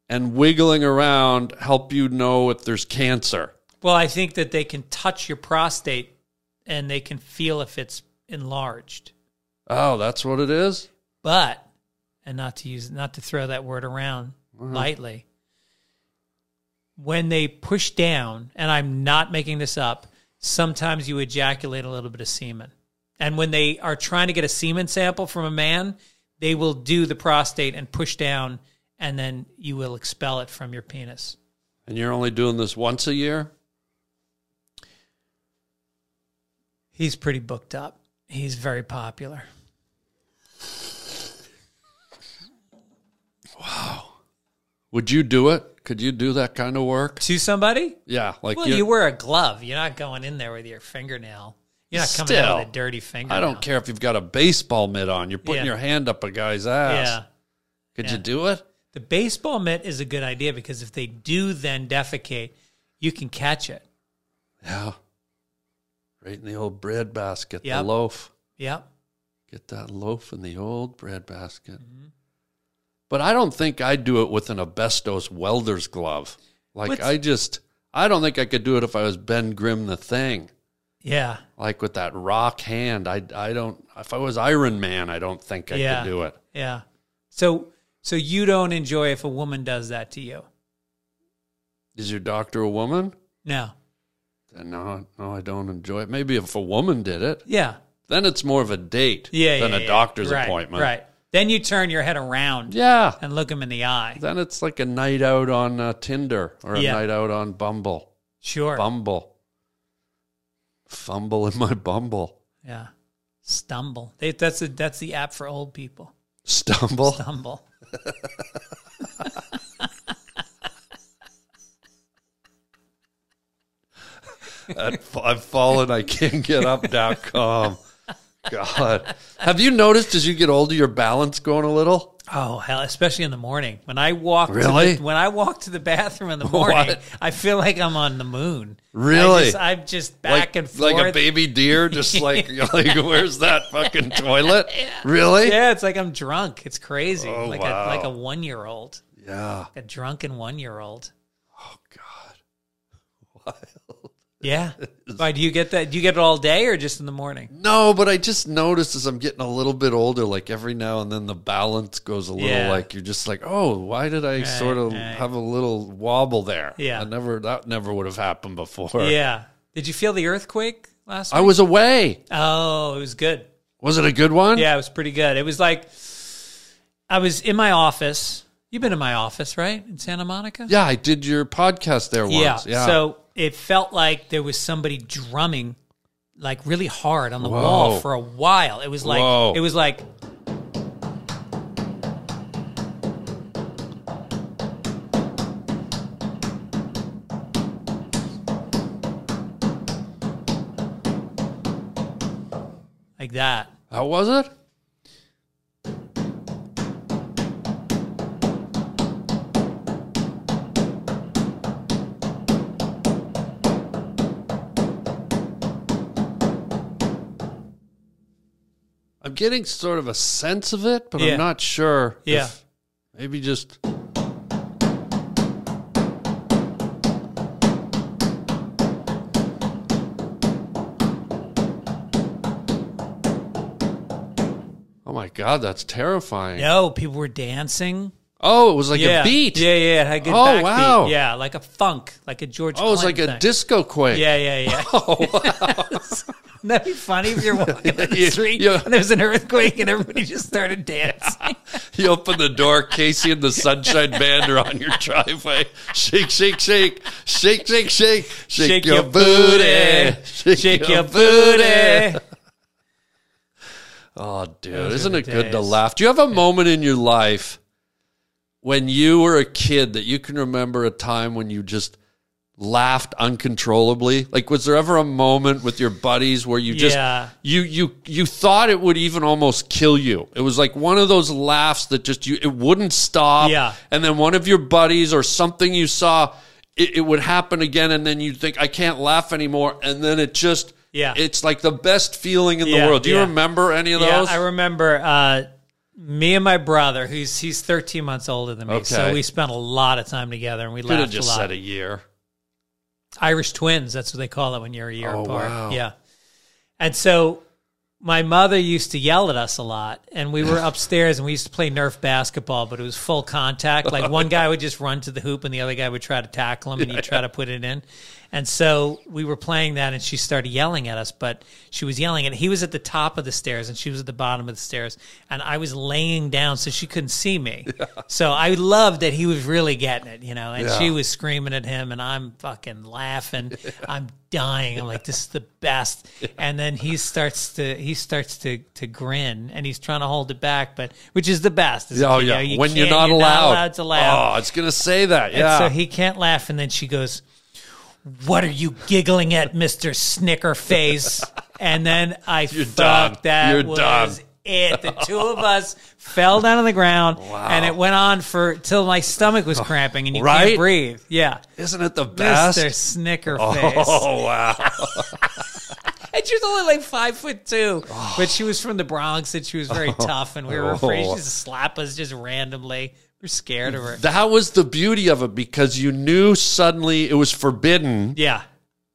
Speaker 2: and wiggling around help you know if there's cancer?
Speaker 1: Well, I think that they can touch your prostate and they can feel if it's enlarged.
Speaker 2: Oh, that's what it is.
Speaker 1: But and not to use not to throw that word around
Speaker 2: Uh-huh.
Speaker 1: lightly. When they push down, and I'm not making this up, sometimes you ejaculate a little bit of semen. And when they are trying to get a semen sample from a man, they will do the prostate and push down and then you will expel it from your penis.
Speaker 2: And you're only doing this once a year?
Speaker 1: He's pretty booked up. He's very popular.
Speaker 2: Would you do it? Could you do that kind of work?
Speaker 1: To somebody?
Speaker 2: Yeah, like
Speaker 1: Well,
Speaker 2: you-
Speaker 1: you wear a glove. You're not going in there with your fingernail. You're not coming out with
Speaker 2: Still,
Speaker 1: a dirty fingernail.
Speaker 2: I don't care if you've got a baseball mitt on. You're putting
Speaker 1: Yeah.
Speaker 2: your hand up a guy's ass.
Speaker 1: Yeah.
Speaker 2: Could
Speaker 1: yeah.
Speaker 2: you do it?
Speaker 1: The baseball mitt is a good idea because if they do then defecate, you can catch it.
Speaker 2: Yeah. Right in the old bread basket,
Speaker 1: Yep.
Speaker 2: the loaf.
Speaker 1: Yep.
Speaker 2: Get that loaf in the old bread basket.
Speaker 1: Mm-hmm.
Speaker 2: But I don't think I'd do it with an asbestos welder's glove. Like
Speaker 1: What's-
Speaker 2: I just I don't think I could do it if I was Ben Grimm the Thing,
Speaker 1: Yeah.
Speaker 2: like with that rock hand. I I don't. If I was Iron Man, I don't think I
Speaker 1: Yeah.
Speaker 2: could do it.
Speaker 1: Yeah. So so you don't enjoy if a woman does that to you.
Speaker 2: Is your doctor a woman?
Speaker 1: No.
Speaker 2: Then No, no, I don't enjoy it. Maybe if a woman did it,
Speaker 1: Yeah.
Speaker 2: then it's more of a date
Speaker 1: Yeah.
Speaker 2: than
Speaker 1: yeah,
Speaker 2: a
Speaker 1: yeah.
Speaker 2: doctor's
Speaker 1: Right,
Speaker 2: appointment.
Speaker 1: Right. Then you turn your head around
Speaker 2: Yeah.
Speaker 1: and look him in the eye.
Speaker 2: Then it's like a night out on uh, Tinder or a
Speaker 1: Yeah.
Speaker 2: night out on Bumble.
Speaker 1: Sure.
Speaker 2: Bumble. Fumble in my bumble.
Speaker 1: Yeah. Stumble. They, that's a, that's the app for old people.
Speaker 2: Stumble.
Speaker 1: Stumble.
Speaker 2: at I've fallen, I can't get up.com. God. Have you noticed as you get older, your balance going a little?
Speaker 1: Oh hell! Especially in the morning when I walk.
Speaker 2: Really?
Speaker 1: To the, when I walk to the bathroom in the morning,
Speaker 2: What?
Speaker 1: I feel like I'm on the moon.
Speaker 2: Really?
Speaker 1: I just, I'm just back
Speaker 2: like,
Speaker 1: and forth.
Speaker 2: Like a baby deer, just like, like where's that fucking toilet? Really?
Speaker 1: Yeah, it's like I'm drunk. It's crazy.
Speaker 2: Oh,
Speaker 1: like a
Speaker 2: wow.
Speaker 1: like a one year old,
Speaker 2: Yeah.
Speaker 1: a drunken one year old.
Speaker 2: Oh, Wild.
Speaker 1: Yeah. Why do you get that? Do you get it all day or just in the morning?
Speaker 2: No, but I just noticed as I'm getting a little bit older, like every now and then the balance goes a little
Speaker 1: Yeah.
Speaker 2: like you're just like, oh, why did I sort of
Speaker 1: right.
Speaker 2: have a little wobble there?
Speaker 1: Yeah.
Speaker 2: I never that never would have happened before.
Speaker 1: Yeah. Did you feel the earthquake last
Speaker 2: I
Speaker 1: week?
Speaker 2: was away.
Speaker 1: oh, it was good.
Speaker 2: Was it a good one?
Speaker 1: Yeah, it was pretty good. It was like I was in my office. You've been in my office, right? In Santa Monica?
Speaker 2: Yeah, I did your podcast there
Speaker 1: Yeah.
Speaker 2: once. Yeah.
Speaker 1: So it felt like there was somebody drumming like really hard on the
Speaker 2: Whoa.
Speaker 1: wall for a while. It was like
Speaker 2: Whoa.
Speaker 1: it was like like that.
Speaker 2: how was it? I'm getting sort of a sense of it, but
Speaker 1: Yeah.
Speaker 2: I'm not sure.
Speaker 1: Yeah.
Speaker 2: if- maybe just Oh my god, that's terrifying.
Speaker 1: No, people were dancing.
Speaker 2: Oh, it was like
Speaker 1: yeah.
Speaker 2: a beat.
Speaker 1: Yeah, yeah, it had a good
Speaker 2: Oh,
Speaker 1: backbeat.
Speaker 2: wow.
Speaker 1: Yeah, like a funk, like a George
Speaker 2: Oh, it was
Speaker 1: Clinton
Speaker 2: like a Oh,
Speaker 1: thing.
Speaker 2: disco quake.
Speaker 1: Yeah, yeah, yeah. Wouldn't that be funny if you're walking down the
Speaker 2: Yeah,
Speaker 1: street
Speaker 2: yeah.
Speaker 1: and there was an earthquake and everybody just started dancing?
Speaker 2: You open the door, Casey and the Sunshine Band are on your driveway. Shake, shake, shake, shake, shake, shake, shake, your, booty,
Speaker 1: shake, your booty.
Speaker 2: Oh, dude,
Speaker 1: Those are
Speaker 2: isn't
Speaker 1: the
Speaker 2: it good to
Speaker 1: days.
Speaker 2: laugh? Do you have a moment in your life when you were a kid that you can remember a time when you just laughed uncontrollably? Like, was there ever a moment with your buddies where you just
Speaker 1: Yeah.
Speaker 2: you you you thought it would even almost kill you? It was like one of those laughs that just you it wouldn't stop.
Speaker 1: Yeah.
Speaker 2: and then one of your buddies or something you saw. It, it would happen again, and then you'd think, I can't laugh anymore. And then it just,
Speaker 1: Yeah.
Speaker 2: it's like the best feeling in
Speaker 1: Yeah,
Speaker 2: the world. Do you
Speaker 1: yeah.
Speaker 2: remember any of
Speaker 1: Yeah,
Speaker 2: those?
Speaker 1: I remember uh, me and my brother, who's he's 13 months older than me, so
Speaker 2: Okay.
Speaker 1: we spent a lot of time together and we
Speaker 2: Could
Speaker 1: laughed
Speaker 2: have
Speaker 1: a
Speaker 2: just
Speaker 1: lot.
Speaker 2: said a year.
Speaker 1: Irish twins. That's what they call it when you're a year
Speaker 2: Oh,
Speaker 1: apart.
Speaker 2: wow.
Speaker 1: Yeah. And so my mother used to yell at us a lot, and we were upstairs and we used to play Nerf basketball, but it was full contact. Like one guy would just run to the hoop and the other guy would try to tackle him and he'd try to put it in. And so we were playing that, and she started yelling at us, but she was yelling, and he was at the top of the stairs and she was at the bottom of the stairs, and I was laying down so she couldn't see me. So I loved that he was really getting it, you know, and she
Speaker 2: Yeah.
Speaker 1: was screaming at him and I'm fucking laughing. I'm dying. I'm like, this is the best. And then he starts to he starts to to grin and he's trying to hold it back, but which is the best. is,
Speaker 2: Oh
Speaker 1: you
Speaker 2: yeah,
Speaker 1: know, you
Speaker 2: when you're
Speaker 1: can't-
Speaker 2: not allowed.
Speaker 1: to laugh.
Speaker 2: Oh, it's gonna say that.
Speaker 1: And
Speaker 2: Yeah.
Speaker 1: so he can't laugh and then she goes, What are you giggling at, Mr. Snicker face? And then I
Speaker 2: You're
Speaker 1: thought
Speaker 2: done.
Speaker 1: that
Speaker 2: You're
Speaker 1: was
Speaker 2: done.
Speaker 1: it. The two of us fell down on the ground and it went on for till my stomach was cramping and you
Speaker 2: Oh, Right?
Speaker 1: can't breathe. Yeah.
Speaker 2: Isn't it the best?
Speaker 1: Mr. Snicker face.
Speaker 2: Oh wow.
Speaker 1: And she was only like five foot two,
Speaker 2: Oh.
Speaker 1: but she was from the Bronx and she was very tough, and we were afraid
Speaker 2: Oh.
Speaker 1: she'd slap us just randomly. We're scared of her.
Speaker 2: That was the beauty of it because you knew suddenly it was forbidden.
Speaker 1: Yeah.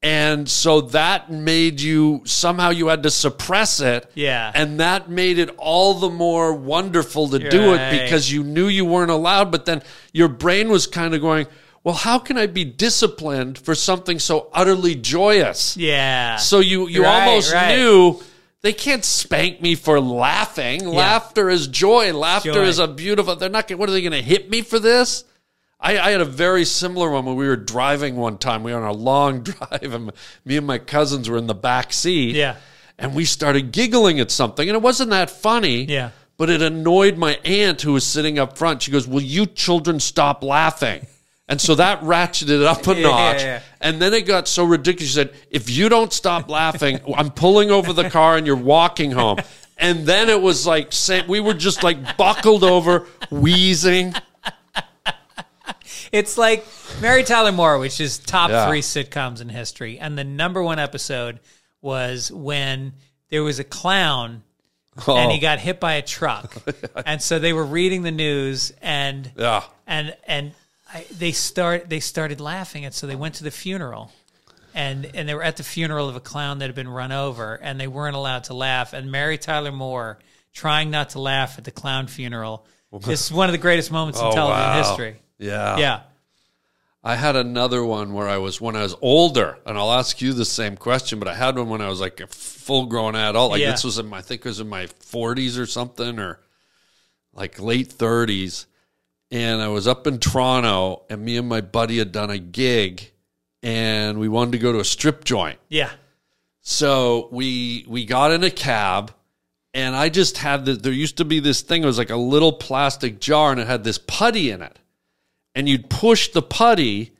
Speaker 2: And so that made you somehow you had to suppress it.
Speaker 1: Yeah.
Speaker 2: And that made it all the more wonderful to do
Speaker 1: Right.
Speaker 2: it because you knew you weren't allowed, but then your brain was kind of going, well, how can I be disciplined for something so utterly joyous?
Speaker 1: Yeah.
Speaker 2: So you you
Speaker 1: Right,
Speaker 2: almost
Speaker 1: right.
Speaker 2: knew they can't spank me for laughing. Laughter is joy. Laughter
Speaker 1: Joy.
Speaker 2: is a beautiful. They're not. gonna- What are they going to hit me for this? I, I had a very similar one when we were driving one time. We were on a long drive, and me and my cousins were in the back seat.
Speaker 1: Yeah.
Speaker 2: and we started giggling at something, and it wasn't that funny.
Speaker 1: Yeah.
Speaker 2: but it annoyed my aunt who was sitting up front. She goes, "Will you children stop laughing?" And so that ratcheted it up a
Speaker 1: Yeah,
Speaker 2: notch.
Speaker 1: yeah, yeah.
Speaker 2: And then it got so ridiculous. She said, if you don't stop laughing, I'm pulling over the car and you're walking home. And then it was like, sa- we were just like buckled over, wheezing.
Speaker 1: It's like Mary Tyler Moore, which is top
Speaker 2: Yeah.
Speaker 1: three sitcoms in history. And the number one episode was when there was a clown
Speaker 2: Oh,
Speaker 1: and he got hit by a truck. and so they were reading the news and
Speaker 2: Yeah.
Speaker 1: and and I, they start they started laughing and so they went to the funeral. And and they were at the funeral of a clown that had been run over and they weren't allowed to laugh and Mary Tyler Moore trying not to laugh at the clown funeral. It's one of the greatest moments in television
Speaker 2: Oh, wow.
Speaker 1: history.
Speaker 2: Yeah.
Speaker 1: Yeah.
Speaker 2: I had another one where I was, when I was older, and I'll ask you the same question, but I had one when I was like a full grown adult. Like
Speaker 1: Yeah.
Speaker 2: this was in my, I think it was in my 40s or something, or like late 30s. and I was up in Toronto, and me and my buddy had done a gig, and we wanted to go to a strip joint.
Speaker 1: Yeah.
Speaker 2: So we we got in a cab, and I just had the there used to be this thing. It was like a little plastic jar, and it had this putty in it, and you'd push the putty,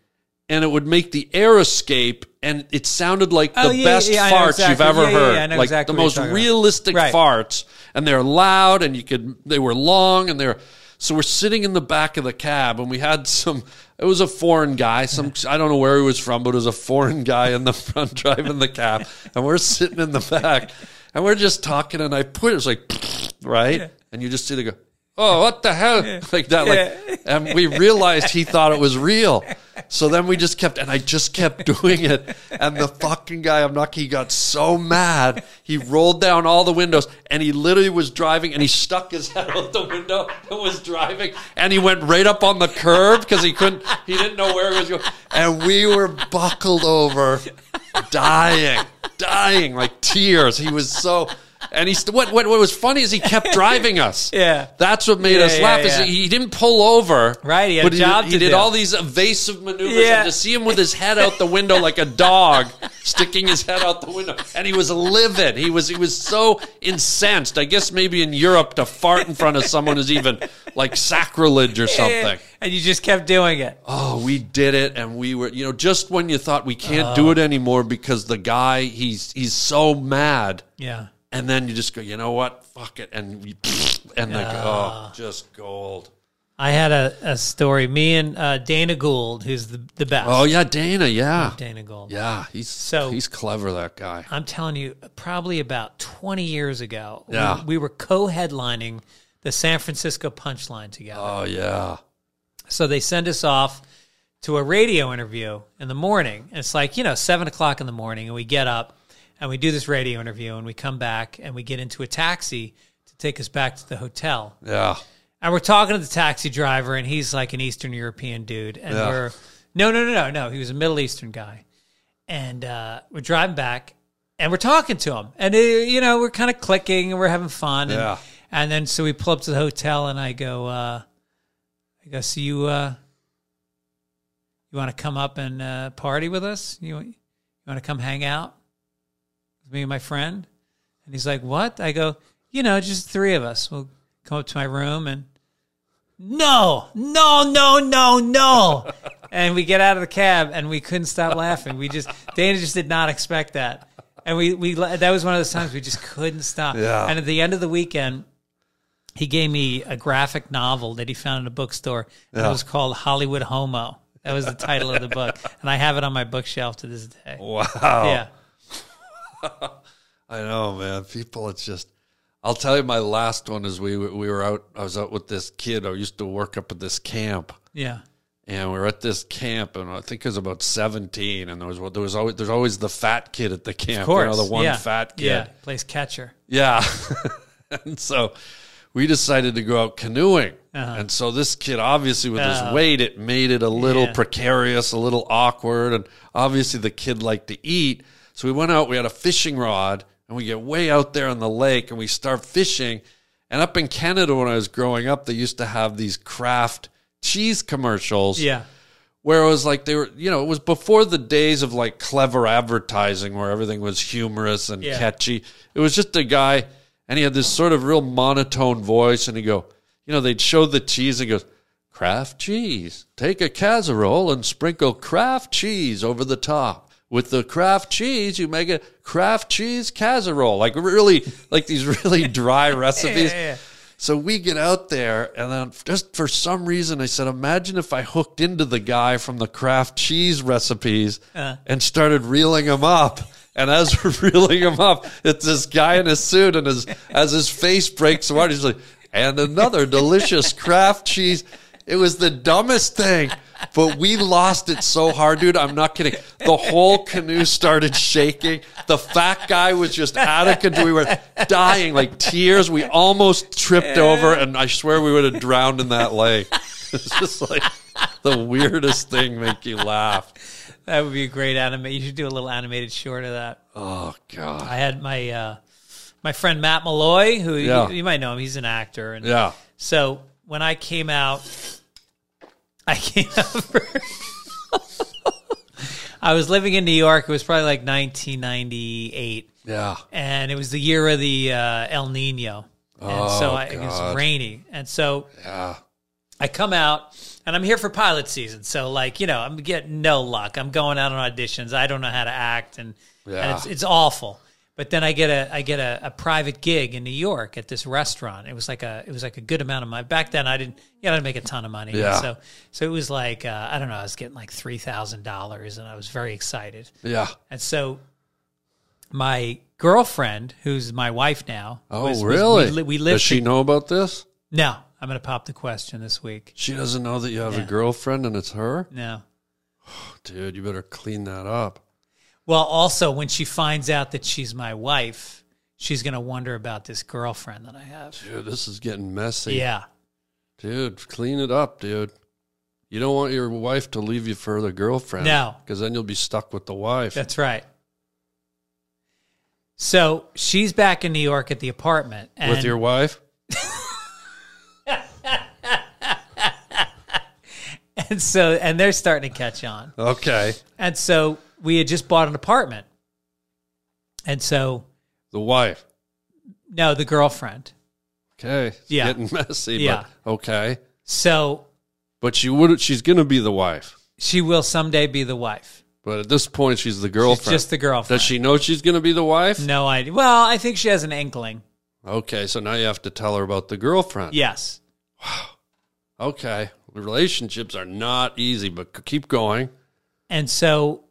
Speaker 2: and it would make the air escape, and it sounded like
Speaker 1: Oh,
Speaker 2: the
Speaker 1: yeah,
Speaker 2: best
Speaker 1: yeah, I know
Speaker 2: farts
Speaker 1: exactly.
Speaker 2: you've ever
Speaker 1: Yeah, yeah,
Speaker 2: heard,
Speaker 1: yeah, I know
Speaker 2: like
Speaker 1: exactly
Speaker 2: the
Speaker 1: what
Speaker 2: most
Speaker 1: you're talking about.
Speaker 2: realistic
Speaker 1: Right.
Speaker 2: farts, and they're loud, and you could they were long, and they're. So we're sitting in the back of the cab, and we had some. It was a foreign guy. Some I don't know where he was from, but it was a foreign guy in the front driving the cab, and we're sitting in the back, and we're just talking. And I put it was like right, and you just see the go, oh, what the hell, like that, like, and we realized he thought it was real. So then we just kept, and I just kept doing it. And the fucking guy, I'm not, he got so mad. He rolled down all the windows and he literally was driving and he stuck his head out the window and was driving. And he went right up on the curb because he couldn't, he didn't know where he was going. And we were buckled over, dying, dying like tears. He was so, and he, st- what, what, what was funny is he kept driving us.
Speaker 1: Yeah.
Speaker 2: That's what made
Speaker 1: Yeah,
Speaker 2: us
Speaker 1: yeah,
Speaker 2: laugh. Is
Speaker 1: yeah.
Speaker 2: he didn't pull over.
Speaker 1: Right, he had a
Speaker 2: but
Speaker 1: job
Speaker 2: he,
Speaker 1: to
Speaker 2: did
Speaker 1: do.
Speaker 2: all these evasive maneuvers.
Speaker 1: Yeah.
Speaker 2: And to see him with his head out the window like a dog, sticking his head out the window, and he was livid. He was he was so incensed. I guess maybe in Europe to fart in front of someone is even like sacrilege or something.
Speaker 1: And you just kept doing it.
Speaker 2: Oh, we did it, and we were you know just when you thought we can't do
Speaker 1: Uh-huh.
Speaker 2: it anymore because the guy he's he's so mad.
Speaker 1: Yeah.
Speaker 2: And then you just go, you know what? Fuck it. And we, and like, oh, just gold.
Speaker 1: I had a, a story. Me and uh, Dana Gould, who's the, the best.
Speaker 2: Oh yeah, Dana. Yeah,
Speaker 1: Dana Gould.
Speaker 2: yeah. He's
Speaker 1: So-
Speaker 2: so he's clever. That guy.
Speaker 1: I'm telling you, probably about 20 years ago, we-
Speaker 2: Yeah.
Speaker 1: we, were co headlining the San Francisco Punchline together.
Speaker 2: Oh yeah.
Speaker 1: So they send us off to a radio interview in the morning. And it's like, you know, seven o'clock in the morning, and we get up and we do this radio interview, and we come back and we get into a taxi to take us back to the hotel.
Speaker 2: Yeah.
Speaker 1: And we're talking to the taxi driver, and he's like an Eastern European dude. And
Speaker 2: Yeah.
Speaker 1: we're no, no, no, no, no. He was a Middle Eastern guy, and uh, we're driving back, and we're talking to him, and uh you know we're kind of clicking and we're having fun. And,
Speaker 2: Yeah.
Speaker 1: And then so we pull up to the hotel, and I go, uh, I go, so you, uh, you want to come up and uh, party with us? You, you want to come hang out with me and my friend? And he's like, What? I go, You know, just the three of us. We'll come up to my room and no, no, no, no, no. and we get out of the cab and we couldn't stop laughing. We just, Dana just did not expect that. And we, we, la- that was one of those times we just couldn't stop.
Speaker 2: Yeah.
Speaker 1: And at the end of the weekend, he gave me a graphic novel that he found in a bookstore. And it was called Hollywood Homo. That was the title of the book. And I have it on my bookshelf to this day.
Speaker 2: Wow.
Speaker 1: Yeah.
Speaker 2: I know, man. People, it's just. I'll tell you my last one is we we were out. I was out with this kid. I used to work up at this camp,
Speaker 1: Yeah.
Speaker 2: and we were at this camp, and I think it was about seventeen. And there was there was always there's always the fat kid at the camp.
Speaker 1: Of course.
Speaker 2: you know, the one
Speaker 1: yeah.
Speaker 2: fat kid.
Speaker 1: Yeah. Plays catcher.
Speaker 2: Yeah. and so we decided to go out canoeing.
Speaker 1: Uh-huh.
Speaker 2: And so this kid, obviously, with his weight, it made it a little
Speaker 1: Oh. Yeah.
Speaker 2: precarious, a little awkward. And obviously, the kid liked to eat. So we went out, we had a fishing rod, and we get way out there on the lake and we start fishing. And up in Canada, when I was growing up, they used to have these craft cheese commercials
Speaker 1: Yeah.
Speaker 2: where it was like they were you know it was before the days of like clever advertising where everything was humorous and
Speaker 1: Yeah.
Speaker 2: catchy it was just a guy and he had this sort of real monotone voice and he go you know they'd show the cheese and he goes craft cheese take a casserole and sprinkle craft cheese over the top with the craft cheese you make a craft cheese casserole like really like these really dry recipes
Speaker 1: yeah.
Speaker 2: so we get out there, and then just for some reason, I said, Imagine if I hooked into the guy from the Kraft cheese recipes and started reeling him up. And as we're reeling him up, it's this guy in a suit, and his, as his face breaks apart, he's like, And another delicious Kraft cheese. It was the dumbest thing, but we lost it so hard, dude. I'm not kidding. The whole canoe started shaking. The fat guy was just out of control. We were dying, like tears. We almost tripped over, and I swear we would have drowned in that lake. It's just like the weirdest thing make you laugh.
Speaker 1: That would be a great anime. You should do a little animated short of that.
Speaker 2: Oh God.
Speaker 1: I had my uh, my friend Matt Malloy, who
Speaker 2: Yeah.
Speaker 1: you, you might know him. He's an actor, and
Speaker 2: Yeah.
Speaker 1: so when I came out, I came out. For, I was living in New York. It was probably like 1998,
Speaker 2: Yeah.
Speaker 1: and it was the year of the uh, El Nino, and so
Speaker 2: Oh,
Speaker 1: I, it was
Speaker 2: God.
Speaker 1: rainy, and so
Speaker 2: Yeah.
Speaker 1: I come out and I'm here for pilot season. So like, you know, I'm getting no luck. I'm going out on auditions. I don't know how to act and, and
Speaker 2: Yeah.
Speaker 1: it's it's awful. But then I get a I get a, a private gig in New York at this restaurant. It was like a it was like a good amount of money. Back then I didn't you know, I didn't make a ton of money.
Speaker 2: Yeah.
Speaker 1: So so it was like uh, I don't know, I was getting like three thousand dollars and I was very excited.
Speaker 2: Yeah.
Speaker 1: And so my girlfriend, who's my wife now,
Speaker 2: Oh,
Speaker 1: was- was-
Speaker 2: really?
Speaker 1: we, li- we lived
Speaker 2: Does she know about this?
Speaker 1: No, I'm gonna pop the question this week.
Speaker 2: She doesn't know that you have
Speaker 1: Yeah.
Speaker 2: a girlfriend and it's her?
Speaker 1: No.
Speaker 2: Dude, you better clean that up.
Speaker 1: Well, also when she finds out that she's my wife, she's gonna wonder about this girlfriend that I have.
Speaker 2: Dude, this is getting messy.
Speaker 1: Yeah,
Speaker 2: Dude, clean it up, dude. You don't want your wife to leave you for the girlfriend.
Speaker 1: No.
Speaker 2: Because then you'll be stuck with the wife.
Speaker 1: that's right. So she's back in New York at the apartment, and
Speaker 2: with your wife?
Speaker 1: and so and they're starting to catch on,
Speaker 2: Okay.
Speaker 1: and so we had just bought an apartment, and so
Speaker 2: The wife.
Speaker 1: no, the girlfriend.
Speaker 2: Okay. It's
Speaker 1: Yeah.
Speaker 2: Getting messy,
Speaker 1: Yeah.
Speaker 2: but okay.
Speaker 1: So
Speaker 2: But she would she's gonna be the wife.
Speaker 1: she will someday be the wife.
Speaker 2: But at this point she's the girlfriend.
Speaker 1: just the girlfriend.
Speaker 2: Does she know she's gonna be the wife?
Speaker 1: No idea. Well, I think she has an inkling.
Speaker 2: Okay, so now you have to tell her about the girlfriend.
Speaker 1: Yes.
Speaker 2: Okay. Relationships are not easy, but c- keep going.
Speaker 1: And so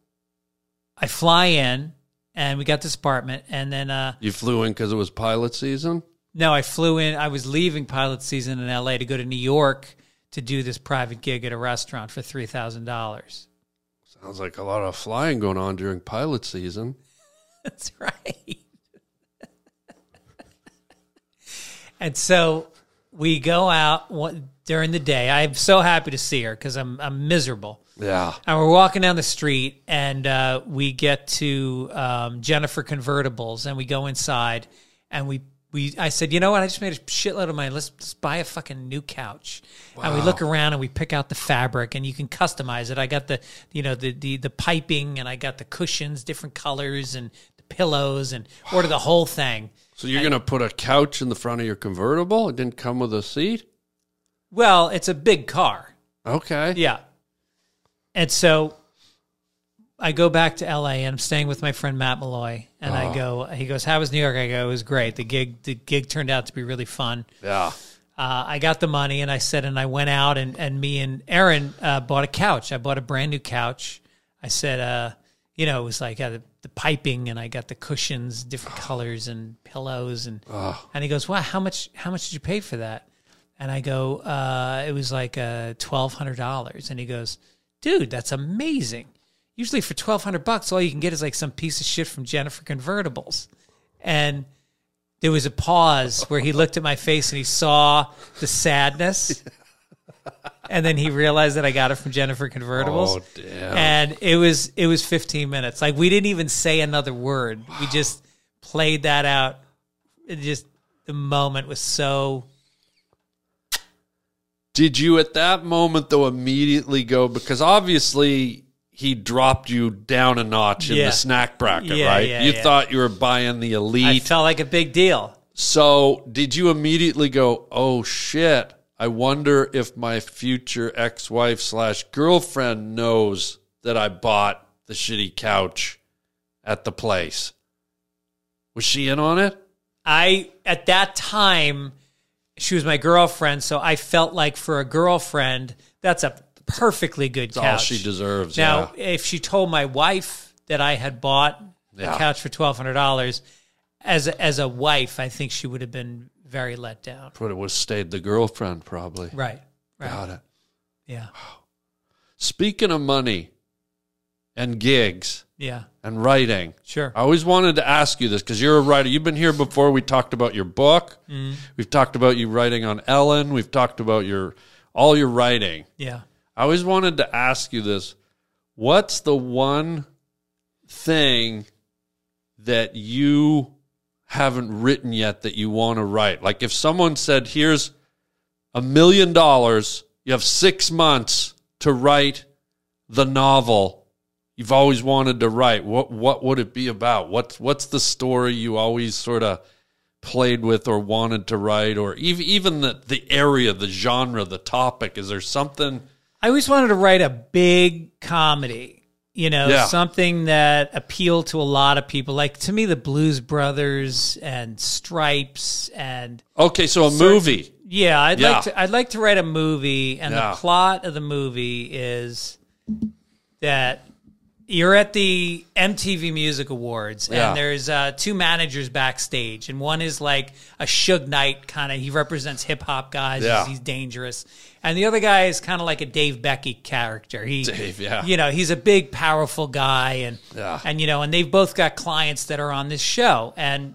Speaker 1: I fly in and we got this apartment. And then, uh,
Speaker 2: You flew in because it was pilot season?
Speaker 1: no, I flew in. I was leaving pilot season in LA to go to New York to do this private gig at a restaurant for $3,000.
Speaker 2: Sounds like a lot of flying going on during pilot season.
Speaker 1: That's right. and so we go out one, during the day. I'm so happy to see her because I'm, I'm miserable.
Speaker 2: Yeah.
Speaker 1: And we're walking down the street, and uh, we get to um, Jennifer Convertibles, and we go inside, and we we I said, you know what? I just made a shitload of money. Let's, let's buy a fucking new couch. And we look around and we pick out the fabric, and you can customize it. I got the you know the the the piping, and I got the cushions, different colors, and the pillows, and order the whole thing.
Speaker 2: So you're going to put a couch in the front of your convertible? It didn't come with a seat?
Speaker 1: Well, it's a big car.
Speaker 2: Okay.
Speaker 1: Yeah. And so I go back to LA and I'm staying with my friend Matt Malloy and I go he goes, How was New York? I go, It was great. The gig the gig turned out to be really fun.
Speaker 2: Yeah.
Speaker 1: Uh, I got the money and I said and I went out and, and me and Aaron uh, bought a couch. I bought a brand new couch. I said, uh, you know, it was like uh, the, the piping, and I got the cushions, different colors, and pillows, and and he goes, "Wow, how much? How much did you pay for that?" And I go, uh, "It was like uh, twelve hundred dollars." And he goes, "Dude, that's amazing. Usually for twelve hundred bucks, all you can get is like some piece of shit from Jennifer Convertibles." And there was a pause where he looked at my face and he saw the sadness. And then he realized that I got it from Jennifer Convertibles.
Speaker 2: Oh, damn.
Speaker 1: And it was it was 15 minutes. Like we didn't even say another word. We just played that out. It just the moment was so
Speaker 2: Did you at that moment though immediately go because obviously he dropped you down a notch in
Speaker 1: Yeah.
Speaker 2: the snack bracket,
Speaker 1: Yeah,
Speaker 2: right?
Speaker 1: yeah,
Speaker 2: you
Speaker 1: yeah.
Speaker 2: thought you were buying the
Speaker 1: I
Speaker 2: elite.
Speaker 1: felt like a big deal.
Speaker 2: so did you immediately go, Oh shit, I wonder if my future ex wife slash girlfriend knows that I bought the shitty couch at the place? Was she in on it?
Speaker 1: I at that time she was my girlfriend, so I felt like for a girlfriend, that's a perfectly good
Speaker 2: All
Speaker 1: couch.
Speaker 2: she deserves.
Speaker 1: Now,
Speaker 2: yeah.
Speaker 1: if she told my wife that I had bought the
Speaker 2: Yeah.
Speaker 1: couch for twelve hundred dollars, as a, as a wife, I think she would have been very let down.
Speaker 2: But it was stayed the girlfriend probably.
Speaker 1: Right. Right.
Speaker 2: Got it.
Speaker 1: Yeah.
Speaker 2: Speaking of money and gigs
Speaker 1: Yeah.
Speaker 2: and writing,
Speaker 1: Sure.
Speaker 2: I always wanted to ask you this because you're a writer. You've been here before. We talked about your book. We've talked about you writing on Ellen. We've talked about your all your writing.
Speaker 1: Yeah.
Speaker 2: I always wanted to ask you this. What's the one thing that you haven't written yet that you want to write? Like if someone said, here's a million dollars, you have six months to write the novel you've always wanted to write, what what would it be about? What's what's the story you always sort of played with or wanted to write or even even the, the area, the genre, the topic? Is there something
Speaker 1: I always wanted to write a big comedy, you know,
Speaker 2: Yeah.
Speaker 1: something that appealed to a lot of people. Like to me, the Blues Brothers and Stripes and
Speaker 2: Okay, so a movie.
Speaker 1: Yeah, I'd
Speaker 2: Yeah.
Speaker 1: like to. I'd like to write a movie, and
Speaker 2: Yeah.
Speaker 1: the plot of the movie is that you're at the MTV Music Awards,
Speaker 2: Yeah.
Speaker 1: and there's uh, two managers backstage, and one is like a Suge Knight kind of. He represents hip hop guys.
Speaker 2: Yeah.
Speaker 1: He's, he's dangerous, and the other guy is kind of like a Dave Becky character. He,
Speaker 2: Dave, yeah.
Speaker 1: you know, he's a big, powerful guy, and
Speaker 2: Yeah.
Speaker 1: and you know, and they've both got clients that are on this show, and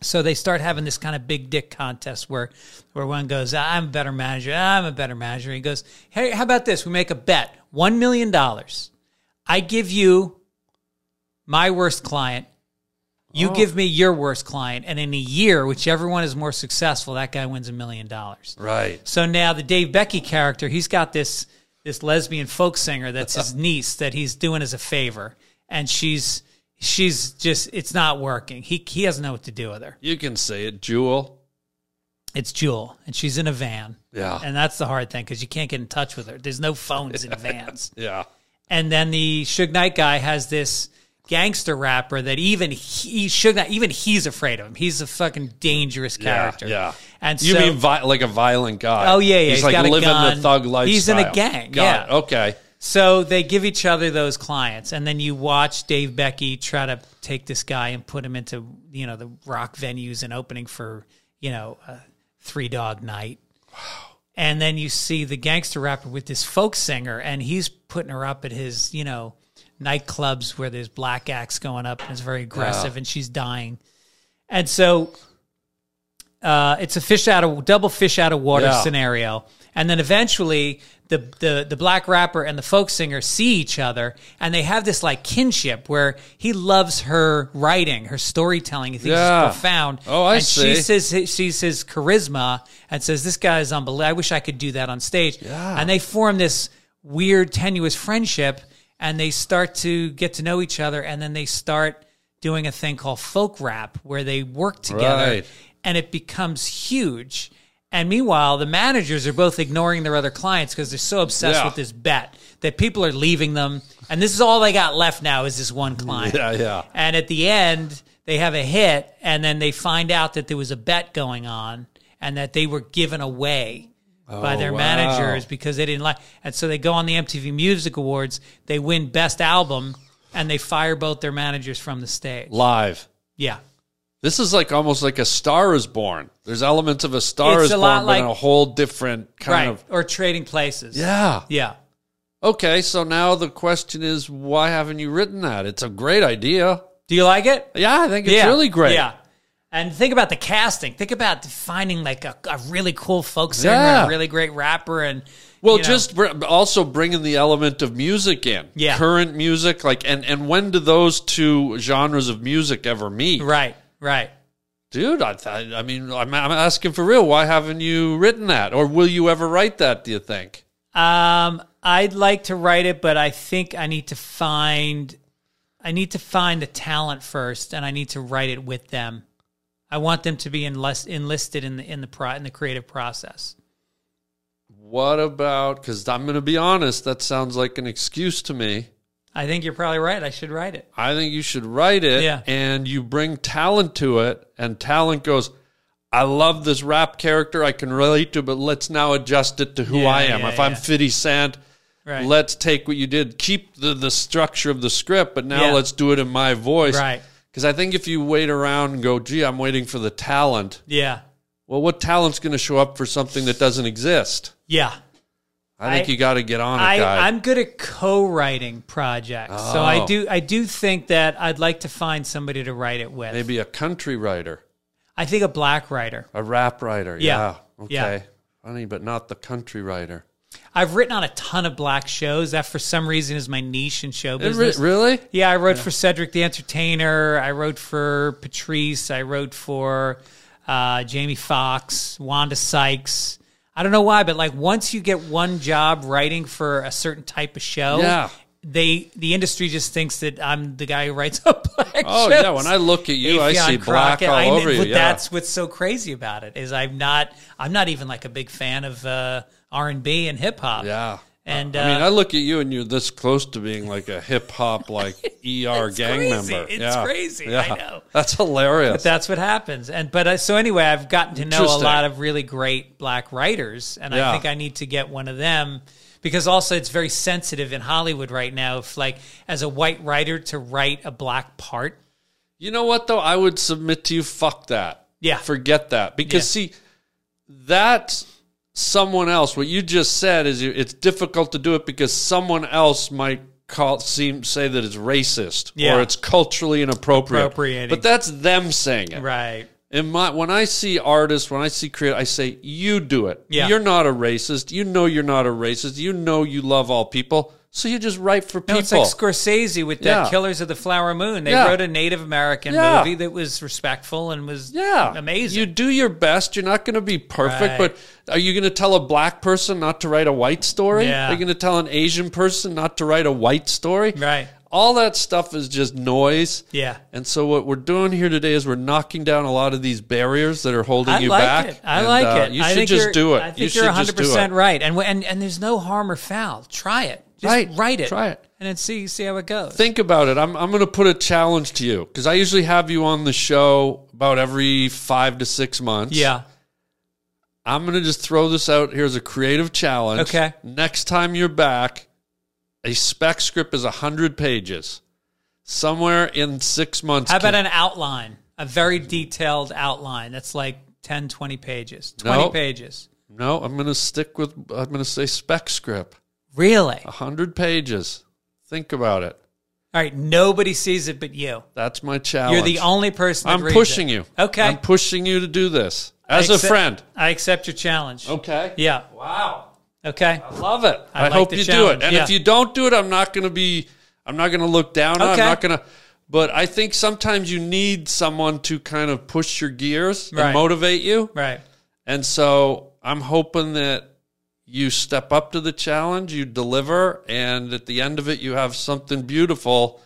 Speaker 1: so they start having this kind of big dick contest where where one goes, I'm a better manager, I'm a better manager. He goes, Hey, how about this? We make a bet. One million dollars. I give you my worst client. You give me your worst client. And in a year, whichever one is more successful, that guy wins a million dollars.
Speaker 2: Right.
Speaker 1: So now the Dave Becky character, he's got this this lesbian folk singer that's his niece that he's doing as a favor, and she's she's just it's not working. He he doesn't know what to do with her.
Speaker 2: You can say it, Jewel.
Speaker 1: It's Jewel, and she's in a van.
Speaker 2: Yeah.
Speaker 1: and that's the hard thing because you can't get in touch with her. There's no phones in vans.
Speaker 2: Yeah.
Speaker 1: And then the Suge Knight guy has this gangster rapper that even he Suge Knight, even he's afraid of him. He's a fucking dangerous character.
Speaker 2: Yeah. yeah.
Speaker 1: and
Speaker 2: you
Speaker 1: so,
Speaker 2: mean vi- like a violent guy?
Speaker 1: Oh, yeah, yeah,
Speaker 2: He's,
Speaker 1: he's
Speaker 2: like
Speaker 1: got a
Speaker 2: living
Speaker 1: gun.
Speaker 2: the thug lifestyle.
Speaker 1: He's in a gang,
Speaker 2: Got
Speaker 1: yeah.
Speaker 2: it. Okay.
Speaker 1: So they give each other those clients, and then you watch Dave Becky try to take this guy and put him into you know the rock venues and opening for you know uh, Three Dog Night. And then you see the gangster rapper with this folk singer, and he's putting her up at his you know nightclubs where there's black acts going up, and it's very aggressive, and she's dying. And so uh, it's a fish out of double fish out of water
Speaker 2: Yeah.
Speaker 1: scenario. And then eventually the, the the black rapper and the folk singer see each other and they have this like kinship where he loves her writing, her storytelling. He thinks
Speaker 2: Yeah.
Speaker 1: it's profound.
Speaker 2: Oh, I
Speaker 1: and She
Speaker 2: see.
Speaker 1: says he sees his charisma and says, This guy is unbelievable. I wish I could do that on stage. Yeah. And they form this weird, tenuous friendship and they start to get to know each other and then they start doing a thing called folk rap where they work together
Speaker 2: Right.
Speaker 1: and it becomes huge. And meanwhile, the managers are both ignoring their other clients because they're so obsessed
Speaker 2: Yeah.
Speaker 1: with this bet that people are leaving them. And this is all they got left now is this one client.
Speaker 2: Yeah, yeah.
Speaker 1: And at the end, they have a hit, and then they find out that there was a bet going on and that they were given away by their
Speaker 2: Oh, wow.
Speaker 1: managers because they didn't like. And so they go on the MTV Music Awards, they win Best Album, and they fire both their managers from the stage.
Speaker 2: live.
Speaker 1: Yeah.
Speaker 2: This is like almost like a Star is Born. There's elements of a Star
Speaker 1: It's
Speaker 2: is
Speaker 1: a
Speaker 2: Born,
Speaker 1: lot
Speaker 2: but in
Speaker 1: like-
Speaker 2: a whole different
Speaker 1: right.
Speaker 2: kind of.
Speaker 1: Or trading places.
Speaker 2: Yeah.
Speaker 1: Yeah.
Speaker 2: Okay, so now the question is, why haven't you written that? It's a great idea.
Speaker 1: Do you like it?
Speaker 2: Yeah, I think it's really great.
Speaker 1: Yeah. And think about the casting. Think about finding like a, a really cool folk singer,
Speaker 2: Yeah.
Speaker 1: and a really great rapper, and
Speaker 2: Well,
Speaker 1: you know.
Speaker 2: just br- also bringing the element of music in,
Speaker 1: Yeah.
Speaker 2: current music, like, and and when do those two genres of music ever meet?
Speaker 1: right, right.
Speaker 2: Dude, I, th- I mean, I'm, I'm asking for real. Why haven't you written that, or will you ever write that? Do you think?
Speaker 1: Um, I'd like to write it, but I think I need to find, I need to find the talent first, and I need to write it with them. I want them to be enlist, enlisted in the in the pro, in the creative process.
Speaker 2: What about? Because I'm going to be honest, that sounds like an excuse to me.
Speaker 1: I think you're probably right. I should write it.
Speaker 2: I think you should write it,
Speaker 1: Yeah.
Speaker 2: and you bring talent to it, and talent goes. I love this rap character I can relate to, but let's now adjust it to who
Speaker 1: Yeah,
Speaker 2: I am.
Speaker 1: yeah,
Speaker 2: if I'm
Speaker 1: yeah.
Speaker 2: 50 Cent,
Speaker 1: Right.
Speaker 2: let's take what you did, keep the, the structure of the script, but now
Speaker 1: Yeah.
Speaker 2: let's do it in my voice.
Speaker 1: Right.
Speaker 2: Because I think if you wait around and go, gee, I'm waiting for the talent,
Speaker 1: yeah,
Speaker 2: well, what talent's going to show up for something that doesn't exist?
Speaker 1: yeah.
Speaker 2: I think
Speaker 1: I-
Speaker 2: you got to get on it, guy.
Speaker 1: I, I'm good at co-writing projects, so I
Speaker 2: Oh.
Speaker 1: do. I do think that I'd like to find somebody to write it with.
Speaker 2: Maybe a country writer,
Speaker 1: I think a black writer.
Speaker 2: a rap writer. Yeah.
Speaker 1: Yeah.
Speaker 2: Okay.
Speaker 1: Yeah.
Speaker 2: Funny, but not the country writer.
Speaker 1: I've written on a ton of black shows. That for some reason is my niche in show
Speaker 2: It
Speaker 1: business.
Speaker 2: re- really?
Speaker 1: yeah, I wrote for Cedric the Entertainer. I wrote for Patrice. I wrote for uh, Jamie Foxx, Wanda Sykes. I don't know why, but like once you get one job writing for a certain type of show,
Speaker 2: Yeah.
Speaker 1: they the industry just thinks that I'm the guy who writes up black
Speaker 2: Oh
Speaker 1: shows.
Speaker 2: yeah, when I look at you, I
Speaker 1: Afion
Speaker 2: see black
Speaker 1: Crockett.
Speaker 2: all
Speaker 1: I kn-
Speaker 2: over you.
Speaker 1: but
Speaker 2: Yeah.
Speaker 1: That's what's so crazy about it is I'm not I'm not even like a big fan of uh, R and B and hip hop.
Speaker 2: yeah.
Speaker 1: and
Speaker 2: I mean,
Speaker 1: uh,
Speaker 2: I look at you and you're this close to being like a hip hop like ER
Speaker 1: It's
Speaker 2: gang
Speaker 1: crazy.
Speaker 2: member.
Speaker 1: It's
Speaker 2: yeah.
Speaker 1: crazy. I know.
Speaker 2: That's hilarious.
Speaker 1: that's what happens. And but uh, so anyway, I've gotten to know a
Speaker 2: Interesting.
Speaker 1: lot of really great black writers, and
Speaker 2: Yeah.
Speaker 1: I think I need to get one of them because also it's very sensitive in Hollywood right now. If like as a white writer to write a black part,
Speaker 2: you know what though? I would submit to you fuck that.
Speaker 1: Yeah.
Speaker 2: Forget that. Because see that's someone else what you just said is you, it's difficult to do it because someone else might call seem say that it's racist
Speaker 1: Yeah.
Speaker 2: or it's culturally inappropriate.
Speaker 1: Appropriating.
Speaker 2: But that's them saying it.
Speaker 1: right?
Speaker 2: In my when I see artists, when I see create, I say you do it.
Speaker 1: Yeah.
Speaker 2: You're not a racist. You know you're not a racist. You know you love all people. So you just write for people.
Speaker 1: No, it's like Scorsese with the
Speaker 2: Yeah.
Speaker 1: Killers of the Flower Moon. They
Speaker 2: Yeah.
Speaker 1: wrote a Native American
Speaker 2: Yeah.
Speaker 1: movie that was respectful and was
Speaker 2: yeah.
Speaker 1: amazing.
Speaker 2: You do your best. You're not going to be perfect,
Speaker 1: Right.
Speaker 2: but are you going to tell a black person not to write a white story?
Speaker 1: Yeah.
Speaker 2: Are you going to tell an Asian person not to write a white story?
Speaker 1: Right.
Speaker 2: All that stuff is just noise.
Speaker 1: Yeah.
Speaker 2: And so what we're doing here today is we're knocking down a lot of these barriers that are holding
Speaker 1: I
Speaker 2: you
Speaker 1: like
Speaker 2: back.
Speaker 1: it. I
Speaker 2: And,
Speaker 1: like
Speaker 2: uh,
Speaker 1: it.
Speaker 2: You
Speaker 1: I
Speaker 2: should
Speaker 1: think
Speaker 2: just
Speaker 1: you're-
Speaker 2: do it.
Speaker 1: I think
Speaker 2: you
Speaker 1: you're
Speaker 2: should just do it.
Speaker 1: right. And, and and there's no harm or foul. Try it. Just
Speaker 2: Right.
Speaker 1: Write it.
Speaker 2: Try it.
Speaker 1: And then see see how it goes.
Speaker 2: think about it. I'm, I'm going to put a challenge to you because I usually have you on the show about every five to six months.
Speaker 1: yeah.
Speaker 2: I'm going to just throw this out here as a creative challenge.
Speaker 1: Okay.
Speaker 2: Next time you're back, a spec script is 100 pages. Somewhere in six months.
Speaker 1: How about
Speaker 2: can-
Speaker 1: an outline? A very detailed outline. That's like 10, 20 pages. 20
Speaker 2: Nope.
Speaker 1: pages.
Speaker 2: No, I'm going to stick with, I'm going to say spec script, Oh.
Speaker 1: Really? All
Speaker 2: 100 pages. Think about it.
Speaker 1: right. Nobody sees it but you.
Speaker 2: That's my challenge.
Speaker 1: You're the only person that
Speaker 2: I'm
Speaker 1: reads
Speaker 2: pushing
Speaker 1: it.
Speaker 2: you.
Speaker 1: Okay.
Speaker 2: I'm pushing you to do this
Speaker 1: I
Speaker 2: as a
Speaker 1: accept-
Speaker 2: friend. Oh.
Speaker 1: I accept your challenge.
Speaker 2: Okay.
Speaker 1: Yeah.
Speaker 2: Wow.
Speaker 1: Okay.
Speaker 2: Love it. I,
Speaker 1: I like
Speaker 2: hope
Speaker 1: the
Speaker 2: you
Speaker 1: challenge,
Speaker 2: do it. And
Speaker 1: yeah.
Speaker 2: if you don't do it, I'm not going to be. I'm not going to look down. on it.
Speaker 1: Okay.
Speaker 2: I'm not going to. But I think sometimes you need someone to kind of push your gears and
Speaker 1: Right.
Speaker 2: motivate you.
Speaker 1: Right.
Speaker 2: And so I'm hoping that you step up to the challenge, you deliver, and at the end of it, you have something beautiful,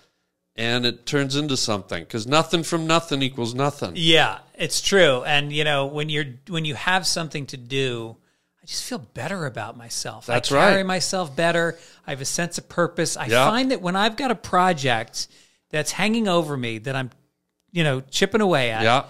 Speaker 2: and it turns into something. Because nothing from nothing equals nothing.
Speaker 1: Yeah, it's true. And you know, when you're when you have something to do, I just feel better about myself.
Speaker 2: That's
Speaker 1: I carry
Speaker 2: right.
Speaker 1: myself better. I have a sense of purpose. I
Speaker 2: Yeah.
Speaker 1: find that when I've got a project that's hanging over me that I'm, you know, chipping away at,
Speaker 2: Yeah.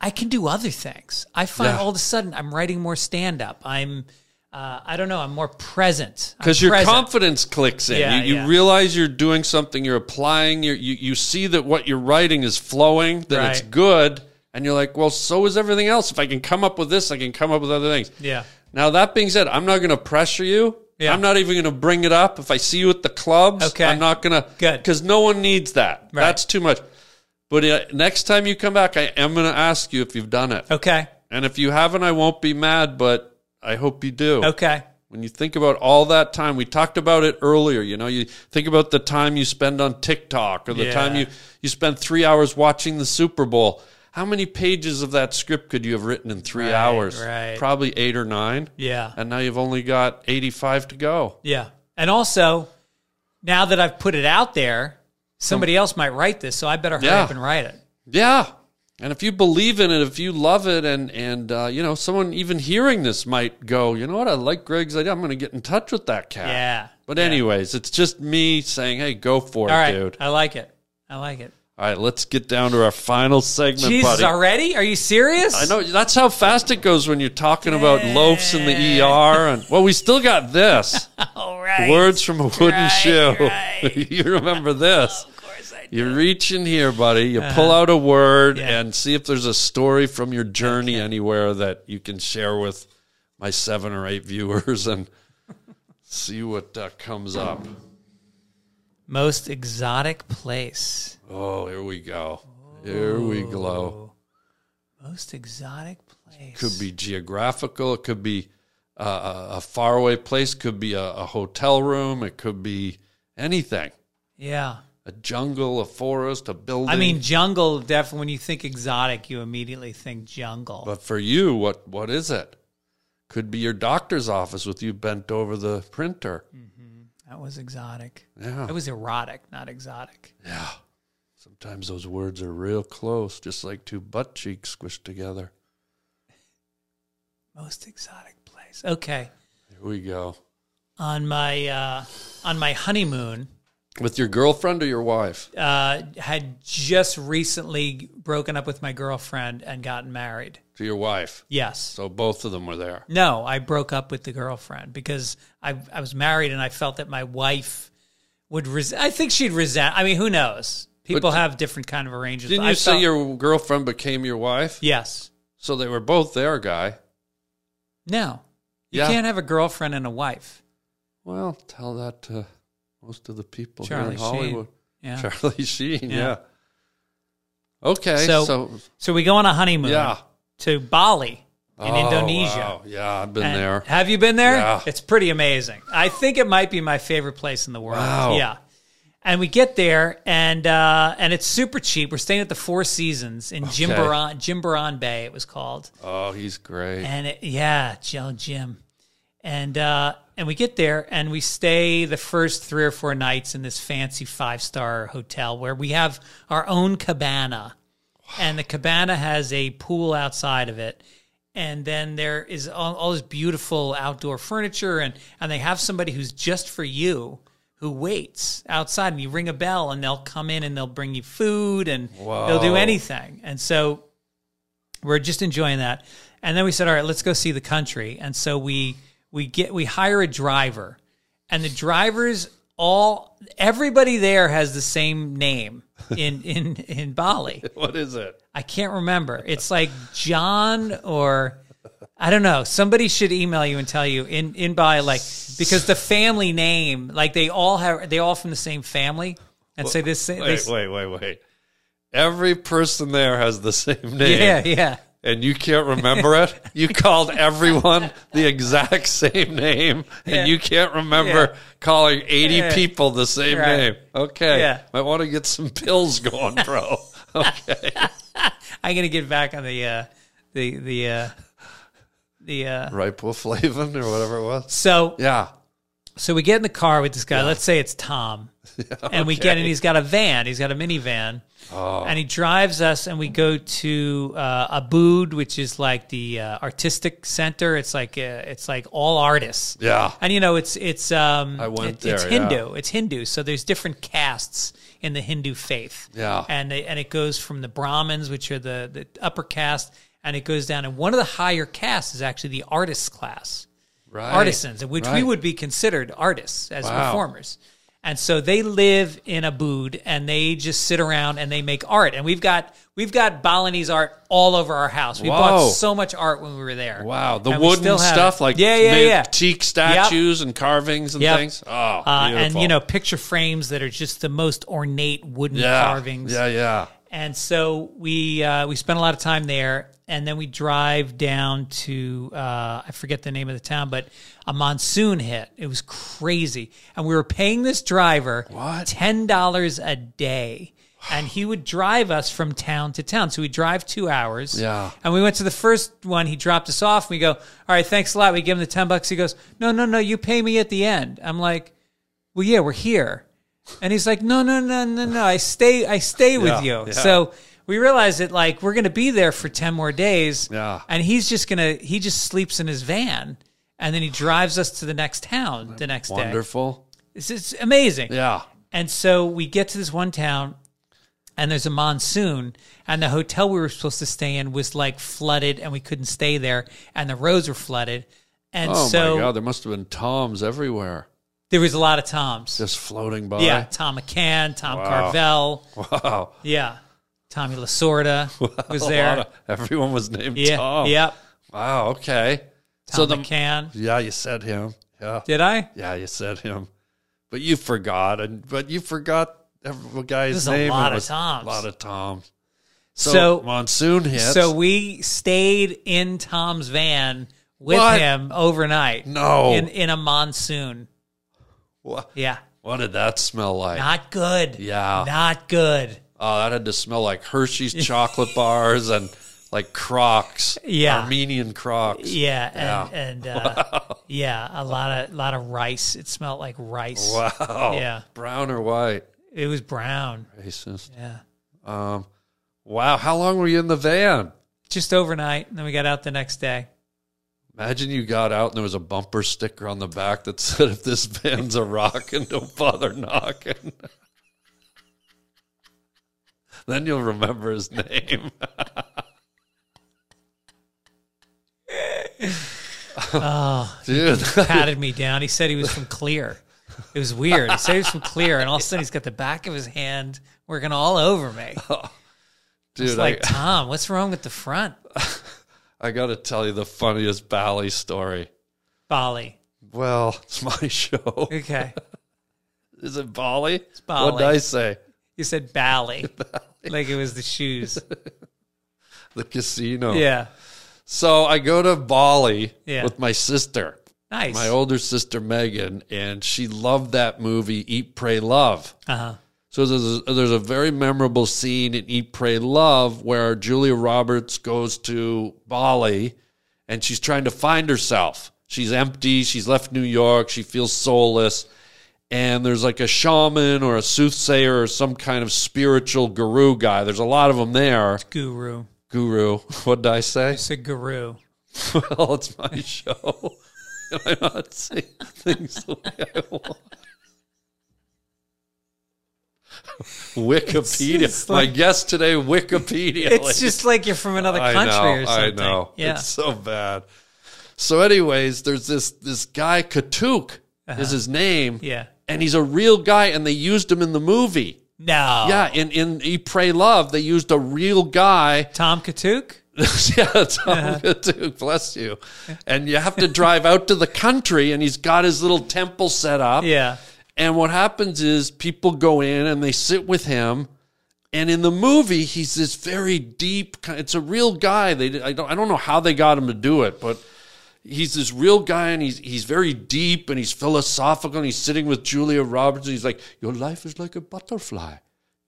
Speaker 1: I can do other things. I find
Speaker 2: Yeah.
Speaker 1: all of a sudden I'm writing more stand up. I'm uh, I don't know. I'm more present I'm
Speaker 2: because your
Speaker 1: present.
Speaker 2: confidence clicks in.
Speaker 1: Yeah,
Speaker 2: you you
Speaker 1: yeah.
Speaker 2: realize you're doing something, you're applying, you're, you you see that what you're writing is flowing, that it's
Speaker 1: Right.
Speaker 2: good, and you're like, well, so is everything else. If I can come up with this, I can come up with other things.
Speaker 1: Yeah.
Speaker 2: Now that being said, I'm not going to pressure you.
Speaker 1: Yeah.
Speaker 2: I'm not even going to bring it up if I see you at the clubs.
Speaker 1: Okay.
Speaker 2: I'm not going to
Speaker 1: Good.
Speaker 2: because no one needs that.
Speaker 1: Right.
Speaker 2: That's too much. But uh, next time you come back, I am going to ask you if you've done it,
Speaker 1: Okay.
Speaker 2: and if you haven't, I won't be mad. But I hope you do
Speaker 1: Okay.
Speaker 2: when you think about all that time we talked about it earlier you know you think about the time you spend on tiktok or the
Speaker 1: Yeah.
Speaker 2: time you you spend three hours watching the super bowl how many pages of that script could you have written in three
Speaker 1: Right,
Speaker 2: hours
Speaker 1: right.
Speaker 2: probably eight or nine
Speaker 1: Yeah.
Speaker 2: and now you've only got 85 to go
Speaker 1: Yeah. And also, now that I've put it out there, somebody else might write this, so I better hurry
Speaker 2: Yeah.
Speaker 1: up and write it.
Speaker 2: yeah and if you believe in it if you love it and and uh, you know someone even hearing this might go you know what i like greg's idea i'm going to get in touch with that cat
Speaker 1: Yeah.
Speaker 2: but anyways it's just me saying hey go for it
Speaker 1: All right.
Speaker 2: dude
Speaker 1: I like it. I like it.
Speaker 2: All right, let's get down to our final segment,
Speaker 1: Jesus,
Speaker 2: buddy.
Speaker 1: already? Are you serious?
Speaker 2: I know that's how fast it goes when you're talking about loafs in the ER, and well, we still got this
Speaker 1: All right.
Speaker 2: words from a wooden
Speaker 1: Right,
Speaker 2: shoe.
Speaker 1: right.
Speaker 2: you remember this?
Speaker 1: Of course I do. Uh-huh.
Speaker 2: You reach in here, buddy. You pull out a word
Speaker 1: Yeah.
Speaker 2: and see if there's a story from your journey anywhere that you can share with my seven or eight viewers, and see what uh, comes up.
Speaker 1: Most exotic place.
Speaker 2: Oh, here we go. Here we
Speaker 1: Oh.
Speaker 2: glow.
Speaker 1: Most exotic place.
Speaker 2: could be geographical. It could be uh, a, a faraway place. Could be a, a hotel room. It could be anything.
Speaker 1: Yeah.
Speaker 2: A jungle, a forest, a building.
Speaker 1: I mean, jungle, definitely, when you think exotic, you immediately think jungle.
Speaker 2: but for you, what what is it? Could be your doctor's office with you bent over the printer.
Speaker 1: that was exotic.
Speaker 2: Yeah.
Speaker 1: It was erotic, not exotic.
Speaker 2: Yeah. Sometimes those words are real close, just like two butt cheeks squished together.
Speaker 1: Most exotic place. Okay.
Speaker 2: Here we go.
Speaker 1: On my uh, on my honeymoon,
Speaker 2: With your girlfriend or your wife?
Speaker 1: uh, had just recently broken up with my girlfriend and gotten married.
Speaker 2: To your wife.
Speaker 1: Yes.
Speaker 2: So both of them were there.
Speaker 1: No, I broke up with the girlfriend because I I was married and I felt that my wife would res- I think she'd resent. I mean, who knows? People
Speaker 2: But-
Speaker 1: have different kind of arrangements.
Speaker 2: Didn't
Speaker 1: I
Speaker 2: you say
Speaker 1: felt-
Speaker 2: your girlfriend became your wife?
Speaker 1: Yes.
Speaker 2: So they were both there, guy.
Speaker 1: No. You
Speaker 2: Yeah.
Speaker 1: can't have a girlfriend and a wife.
Speaker 2: Well, tell that to most of the people here
Speaker 1: Charlie
Speaker 2: in Hollywood.
Speaker 1: Sheen. Yeah.
Speaker 2: Charlie Sheen, yeah.
Speaker 1: Yeah.
Speaker 2: Okay, so,
Speaker 1: So, Uh, So we go on a honeymoon
Speaker 2: yeah,
Speaker 1: to Bali in
Speaker 2: Oh,
Speaker 1: Indonesia.
Speaker 2: wow. Yeah, I've been
Speaker 1: And-
Speaker 2: there.
Speaker 1: Have you been there?
Speaker 2: Yeah.
Speaker 1: It's pretty amazing. I think it might be my favorite place in the world.
Speaker 2: Wow.
Speaker 1: Yeah. And we get there, and uh, and it's super cheap. We're staying at the Four Seasons in Jimbaran, Jimbaran Bay, it was called.
Speaker 2: Oh, he's great.
Speaker 1: And it, yeah, Joe Jim. And uh, and we get there, and we stay the first three or four nights in this fancy five star hotel where we have our own cabana, and the cabana has a pool outside of it. And then there is all, all this beautiful outdoor furniture, and, and they have somebody who's just for you who waits outside, and you ring a bell, and they'll come in and they'll bring you food, and they'll do
Speaker 2: Wow.
Speaker 1: anything. And so we're just enjoying that and then we said all right let's go see the country and so we we get we hire a driver and the drivers all everybody there has the same name in in in bali
Speaker 2: What is it?
Speaker 1: i can't remember it's like john or i don't know somebody should email you and tell you in in bali like because the family name like they all have they all from the same family and say this,
Speaker 2: Wait,
Speaker 1: this
Speaker 2: wait, wait, wait. Every person there has the same name,
Speaker 1: yeah yeah
Speaker 2: and you can't remember it. You called everyone the exact same name, and
Speaker 1: Yeah.
Speaker 2: you can't remember
Speaker 1: Yeah.
Speaker 2: calling eighty
Speaker 1: Yeah.
Speaker 2: people the same
Speaker 1: Right.
Speaker 2: name. Okay,
Speaker 1: Yeah.
Speaker 2: might want to get some pills going, bro. Okay.
Speaker 1: I'm gonna get back on the uh, the the uh, the uh,
Speaker 2: riboflavin or whatever it was.
Speaker 1: so
Speaker 2: Yeah.
Speaker 1: so we get in the car with this guy. Let's say it's Tom, and we get in. He's got a van. He's got a minivan, and he drives us, and we go to uh, Abood, which is like the uh, artistic center. It's like uh, it's like all artists.
Speaker 2: Yeah.
Speaker 1: And you know, it's it's um,
Speaker 2: I went
Speaker 1: it- it's
Speaker 2: there,
Speaker 1: Hindu.
Speaker 2: yeah.
Speaker 1: It's Hindu. So there's different castes in the Hindu faith.
Speaker 2: Yeah.
Speaker 1: and they, and it goes from the Brahmins, which are the the upper caste, and it goes down. And one of the higher castes is actually the artist class.
Speaker 2: Right.
Speaker 1: artisans, which we
Speaker 2: Right.
Speaker 1: would be considered artists as
Speaker 2: Wow.
Speaker 1: performers. And so they live in a booth and they just sit around and they make art. And we've got we've got Balinese art all over our house. We
Speaker 2: Whoa.
Speaker 1: bought so much art when we were there.
Speaker 2: Wow, the
Speaker 1: And we
Speaker 2: wooden
Speaker 1: still have
Speaker 2: stuff
Speaker 1: it.
Speaker 2: like
Speaker 1: yeah, yeah,
Speaker 2: made
Speaker 1: yeah.
Speaker 2: teak
Speaker 1: Yep.
Speaker 2: statues and carvings and
Speaker 1: Yep.
Speaker 2: things. Oh,
Speaker 1: Uh, and
Speaker 2: beautiful.
Speaker 1: you know, picture frames that are just the most ornate wooden
Speaker 2: yeah,
Speaker 1: carvings.
Speaker 2: Yeah, yeah.
Speaker 1: And so we uh, we spent a lot of time there, and then we drive down to uh, I forget the name of the town, but a monsoon hit. It was crazy, and we were paying this driver
Speaker 2: What?
Speaker 1: ten dollars a day, and he would drive us from town to town. So we drive two hours.
Speaker 2: Yeah.
Speaker 1: And we went to the first one. He dropped us off. And we go, all right, thanks a lot. We give him the ten bucks. He goes, no, no, no, you pay me at the end. I'm like, well, yeah, we're here. And he's like, no, no, no, no, no. I stay, I stay with
Speaker 2: Yeah,
Speaker 1: you.
Speaker 2: yeah.
Speaker 1: So we realized that like we're going to be there for 10 more days.
Speaker 2: Yeah.
Speaker 1: And he's just going to, he just sleeps in his van and then he drives us to the next town the next day.
Speaker 2: Wonderful.
Speaker 1: It's, it's amazing.
Speaker 2: Yeah.
Speaker 1: And so we get to this one town and there's a monsoon and the hotel we were supposed to stay in was like flooded and we couldn't stay there and the roads were flooded. And
Speaker 2: Oh
Speaker 1: so
Speaker 2: my God, there must have been toms everywhere,
Speaker 1: there was a lot of Toms.
Speaker 2: just floating by.
Speaker 1: Yeah, Tom McCann, Tom Carvel.
Speaker 2: Wow.
Speaker 1: Yeah. Tommy Lasorda was
Speaker 2: A
Speaker 1: there.
Speaker 2: lot of- everyone was named
Speaker 1: yeah.
Speaker 2: Tom.
Speaker 1: Yep.
Speaker 2: Wow. Okay.
Speaker 1: Tom
Speaker 2: so the
Speaker 1: McCann.
Speaker 2: yeah, you said him. Yeah.
Speaker 1: Did I?
Speaker 2: Yeah, you said him, but you forgot, and but you forgot every guy's
Speaker 1: There's a
Speaker 2: name. It
Speaker 1: lot of
Speaker 2: was
Speaker 1: Toms.
Speaker 2: A lot of Toms. So,
Speaker 1: So so,
Speaker 2: monsoon hits.
Speaker 1: we stayed in Tom's van with
Speaker 2: What?
Speaker 1: him overnight.
Speaker 2: No.
Speaker 1: In in a monsoon.
Speaker 2: what,
Speaker 1: Yeah.
Speaker 2: what did that smell like?
Speaker 1: Not good.
Speaker 2: Yeah.
Speaker 1: Not good.
Speaker 2: Oh, that had to smell like Hershey's chocolate bars and like Crocs.
Speaker 1: Yeah.
Speaker 2: Armenian Crocs.
Speaker 1: Yeah,
Speaker 2: Yeah.
Speaker 1: and, and uh, yeah, a lot of lot of rice. It smelled like rice.
Speaker 2: Wow.
Speaker 1: Yeah.
Speaker 2: Brown or white?
Speaker 1: It was brown.
Speaker 2: Racist.
Speaker 1: Yeah,
Speaker 2: Um, wow. How long were you in the van?
Speaker 1: just overnight, and then we got out the next day.
Speaker 2: Imagine you got out and there was a bumper sticker on the back that said, "If this van's a rockin', don't bother knocking." then you'll remember his name. Dude,
Speaker 1: patted me down. He said he was from Clear. It was weird. He said he was from Clear, and all of a sudden he's got the back of his hand working all over me.
Speaker 2: Oh, dude,
Speaker 1: It's like Tom, what's wrong with the front,
Speaker 2: I, I got to tell you the funniest Bally story.
Speaker 1: Bali?
Speaker 2: Well, it's my show.
Speaker 1: Okay,
Speaker 2: Is it Bali? It's
Speaker 1: Bali.
Speaker 2: What did I say?
Speaker 1: you said Bali, like it was the shoes.
Speaker 2: The casino.
Speaker 1: Yeah,
Speaker 2: So I go to Bali
Speaker 1: Yeah.
Speaker 2: with my sister.
Speaker 1: nice.
Speaker 2: my older sister Megan, and she loved that movie Eat, Pray, Love.
Speaker 1: Uh-huh.
Speaker 2: So there's a, there's a very memorable scene in Eat, Pray, Love where Julia Roberts goes to Bali, and she's trying to find herself. She's empty. She's left New York. She feels soulless. And there's like a shaman or a soothsayer or some kind of spiritual guru guy. There's a lot of them there.
Speaker 1: guru.
Speaker 2: Guru. What did I say?
Speaker 1: I said guru.
Speaker 2: well, it's my show. Can I not say things the way I want? Wikipedia.
Speaker 1: just
Speaker 2: my
Speaker 1: like-
Speaker 2: guest today, Wikipedia.
Speaker 1: It's just like you're from another country or
Speaker 2: I
Speaker 1: something.
Speaker 2: know.
Speaker 1: Yeah.
Speaker 2: It's so bad. So, anyways, there's this this guy Katuk is his name.
Speaker 1: Uh-huh. Yeah.
Speaker 2: And he's a real guy, and they used him in the movie.
Speaker 1: no.
Speaker 2: Yeah, in in E Pray Love, they used a real guy
Speaker 1: Tom Katuk.
Speaker 2: yeah, Tom Duke, bless you. And you have to drive out to the country, and he's got his little temple set up.
Speaker 1: Yeah.
Speaker 2: And what happens is people go in and they sit with him. And in the movie, he's this very deep. ki- It's a real guy. They I don't I don't know how they got him to do it, but he's this real guy, and he's he's very deep and he's philosophical. And he's sitting with Julia Roberts, and he's like, "Your life is like a butterfly.